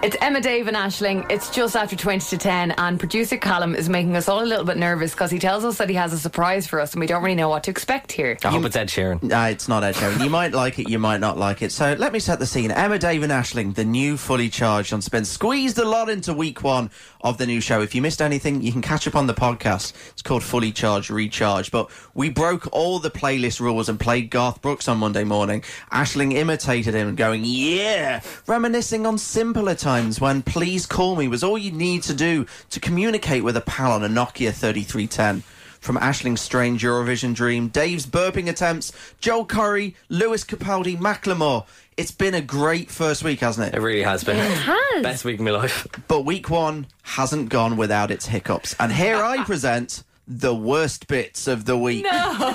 Speaker 3: It's Emma, Dave, and Ashling. It's just after 20 to 10, and producer Callum is making us all a little bit nervous because he tells us that he has a surprise for us and we don't really know what to expect here.
Speaker 4: I hope it's Ed Sheeran.
Speaker 6: No, it's not Ed Sheeran. You might like it, you might not like it. So let me set the scene. Emma, Dave, and Ashling, the new fully charged on Spin, squeezed a lot into week one of the new show. If you missed anything, you can catch up on the podcast. It's called Fully Charged Recharge. But we broke all the playlist rules and played Garth Brooks on Monday morning. Ashling imitated him, going, Yeah, reminiscing on simpler times when Please Call Me was all you need to do to communicate with a pal on a Nokia 3310 from Ashling's strange Eurovision dream, Dave's burping attempts, Joel Curry, Lewis Capaldi, Macklemore. It's been a great first week, hasn't it?
Speaker 4: It really has been.
Speaker 6: It
Speaker 5: has.
Speaker 4: Best week of my life.
Speaker 6: But week one hasn't gone without its hiccups. And here I present the worst bits of the week.
Speaker 5: No!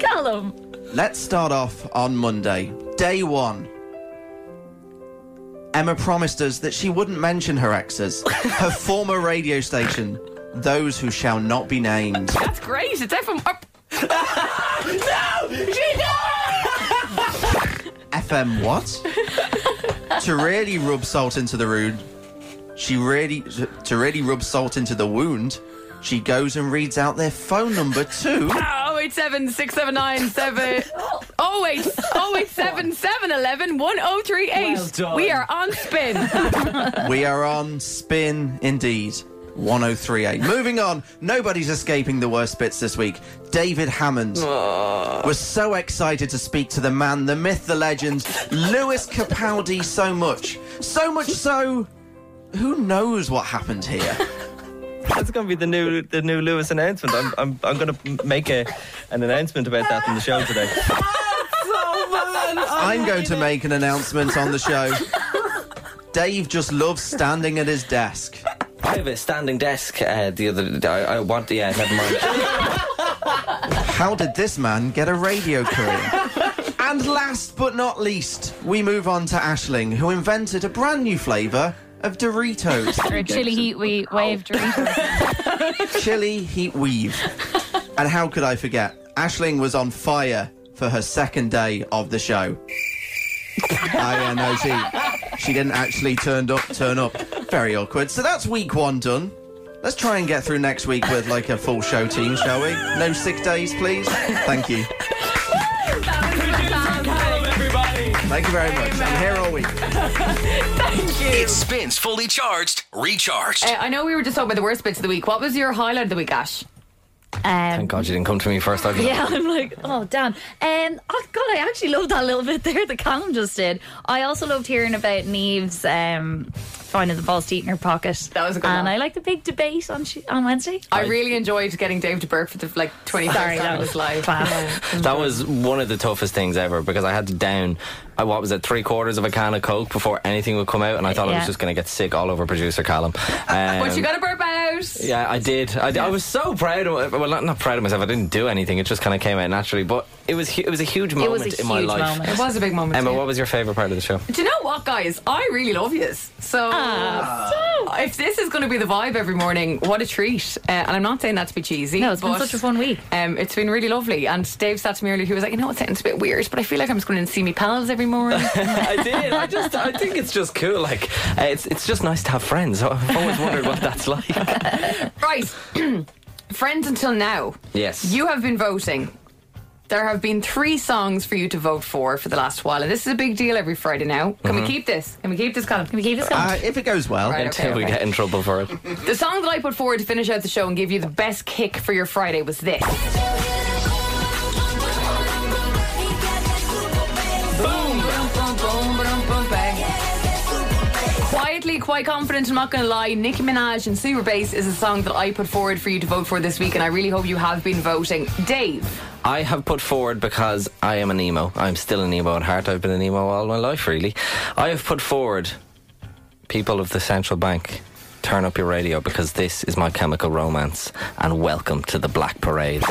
Speaker 5: Callum!
Speaker 6: Let's start off on Monday, day one. Emma promised us that she wouldn't mention her exes, her former radio station, those who shall not be named.
Speaker 3: That's great. It's FM up.
Speaker 2: no! She
Speaker 6: FM what? to really rub salt into the wound, she really to really rub salt into the wound, she goes and reads out their phone number too.
Speaker 3: Oh, 087 679 7. 08 087 711 1038.
Speaker 6: Well done.
Speaker 3: We are on spin.
Speaker 6: we are on spin indeed. 1038. Moving on, nobody's escaping the worst bits this week. David Hammond was so excited to speak to the man, the myth, the legend, Lewis Capaldi, so much. So much so, who knows what happened here?
Speaker 15: That's going to be the new the new Lewis announcement. I'm I'm, I'm going to make a, an announcement about that in the show today.
Speaker 6: I'm going to make an announcement on the show. Dave just loves standing at his desk.
Speaker 4: I have a standing desk uh, the other day. I, I want the. Yeah, never mind.
Speaker 6: How did this man get a radio career? and last but not least, we move on to Ashling, who invented a brand new flavour of Doritos.
Speaker 5: Or a chili heat we wave Doritos.
Speaker 6: Chili heat weave. And how could I forget? Ashling was on fire for her second day of the show. I uh, no, she she didn't actually turned up turn up. Very awkward. So that's week one done. Let's try and get through next week with like a full show team, shall we? No sick days, please. Thank you. Thank you very much. I'm here all week.
Speaker 1: Thank you. It spins fully charged, recharged.
Speaker 3: Uh, I know we were just talking about the worst bits of the week. What was your highlight of the week, Ash?
Speaker 5: Um,
Speaker 4: Thank God you didn't come to me first. I've
Speaker 5: yeah, I'm like, oh damn. Um, oh god, I actually loved that little bit there that Callum just did. I also loved hearing about Neve's um, finding the false teeth in her pocket. That was a
Speaker 3: good
Speaker 5: And
Speaker 3: one.
Speaker 5: I like the big debate on sh- on Wednesday.
Speaker 3: I really enjoyed getting Dave to Burke for the like 25
Speaker 5: Sorry,
Speaker 3: hours
Speaker 5: that
Speaker 3: of his
Speaker 5: was
Speaker 3: life.
Speaker 4: That was one of the toughest things ever because I had to down, uh, what was it, three quarters of a can of Coke before anything would come out, and I thought I
Speaker 3: Yeah.
Speaker 4: was just going to get sick all over producer Callum. Um,
Speaker 3: but you got to burp out.
Speaker 4: Yeah, I did. I, did. I was so proud of well, not, not proud of myself. I didn't do anything. It just kind of came out naturally. But it was hu- it was a huge
Speaker 3: It was a
Speaker 4: moment in my
Speaker 3: huge
Speaker 4: life.
Speaker 3: moment. It was a big moment,
Speaker 4: Emma,
Speaker 3: yeah.
Speaker 4: what was your favorite part of the show?
Speaker 3: Do you know what, guys? I really love yous. So,
Speaker 5: Ah,
Speaker 3: uh, if this is going to be the vibe every morning, what a treat. Uh, and I'm not saying that to be cheesy. No,
Speaker 5: it's been such a
Speaker 3: fun week. Um, it's been really lovely. And Dave sat to me earlier, he was like, you know, it sounds a bit weird, but I feel like I'm just going to see me pals every morning.
Speaker 4: I did. I just I think it's just cool. Like uh, it's it's just nice to have friends. I've always wondered what that's like.
Speaker 3: right. Friends until now.
Speaker 4: Yes.
Speaker 3: You have been voting. There have been three songs for you to vote for for the last while, and this is a big deal every Friday now. Can we
Speaker 4: Mhm.
Speaker 3: keep this? Can we keep this, Colin? Can we keep this,
Speaker 6: Uh, if it goes well,
Speaker 3: Right, okay,
Speaker 4: Until we
Speaker 3: okay.
Speaker 4: get in trouble for it.
Speaker 3: The song that I put forward to finish out the show and give you the best kick for your Friday was this. Boom! Quietly, quite confident, I'm not going to lie. Nicki Minaj and Super Bass is a song that I put forward for you to vote for this week, and I really hope you have been voting. Dave,
Speaker 4: I have put forward because I am an emo. I'm still an emo at heart. I've been an emo all my life, really. I have put forward people of the central bank. Turn up your radio because this is my chemical romance and welcome to the Black Parade.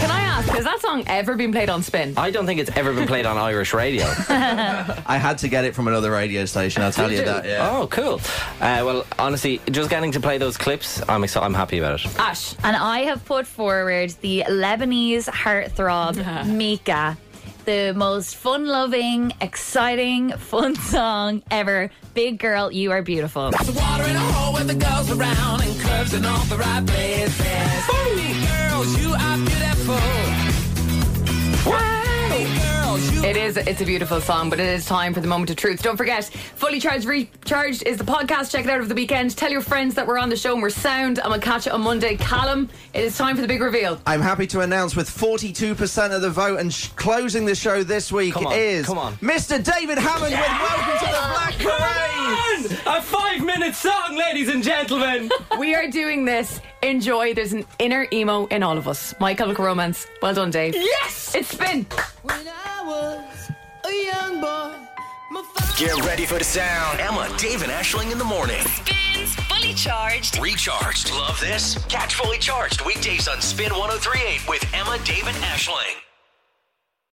Speaker 3: can I ask, has that song ever been played on spin?
Speaker 4: I don't think it's ever been played on Irish radio.
Speaker 6: I had to get it from another radio station. I'll tell you
Speaker 4: Did
Speaker 6: that. Yeah.
Speaker 4: Oh, cool. Uh, well, honestly, just getting to play those clips, I'm exci- I'm happy about it.
Speaker 3: Ash.
Speaker 5: And I have put forward the Lebanese heartthrob, Mika. The most fun loving, exciting, fun song ever. Big girl, you are beautiful.
Speaker 2: Water in a hole where the girls around and curves in all the right places. Hey, girls, you are beautiful.
Speaker 3: It is. It's a beautiful song, but it is time for the moment of truth. Don't forget, fully charged, recharged is the podcast. Check it out over the weekend. Tell your friends that we're on the show and we're sound, and we'll catch you on Monday. Callum, it is time for the big reveal.
Speaker 6: I'm happy to announce with 42% of the vote and sh- closing the show this week
Speaker 4: Come on,
Speaker 6: is
Speaker 4: come on.
Speaker 6: Mr. David Hammond with Welcome to the Black Parade.
Speaker 4: A five minute song, ladies and gentlemen.
Speaker 3: we are doing this. Enjoy. There's an inner emo in all of us. My Chemical Romance. Well done, Dave. Yes, it's spin.
Speaker 1: Get ready for the sound. Emma, Dave, and Ashling in the morning.
Speaker 16: Spins fully charged.
Speaker 1: oh Recharged. Love this? Catch fully charged weekdays on Spin 1038 with Emma, Dave, and Ashling.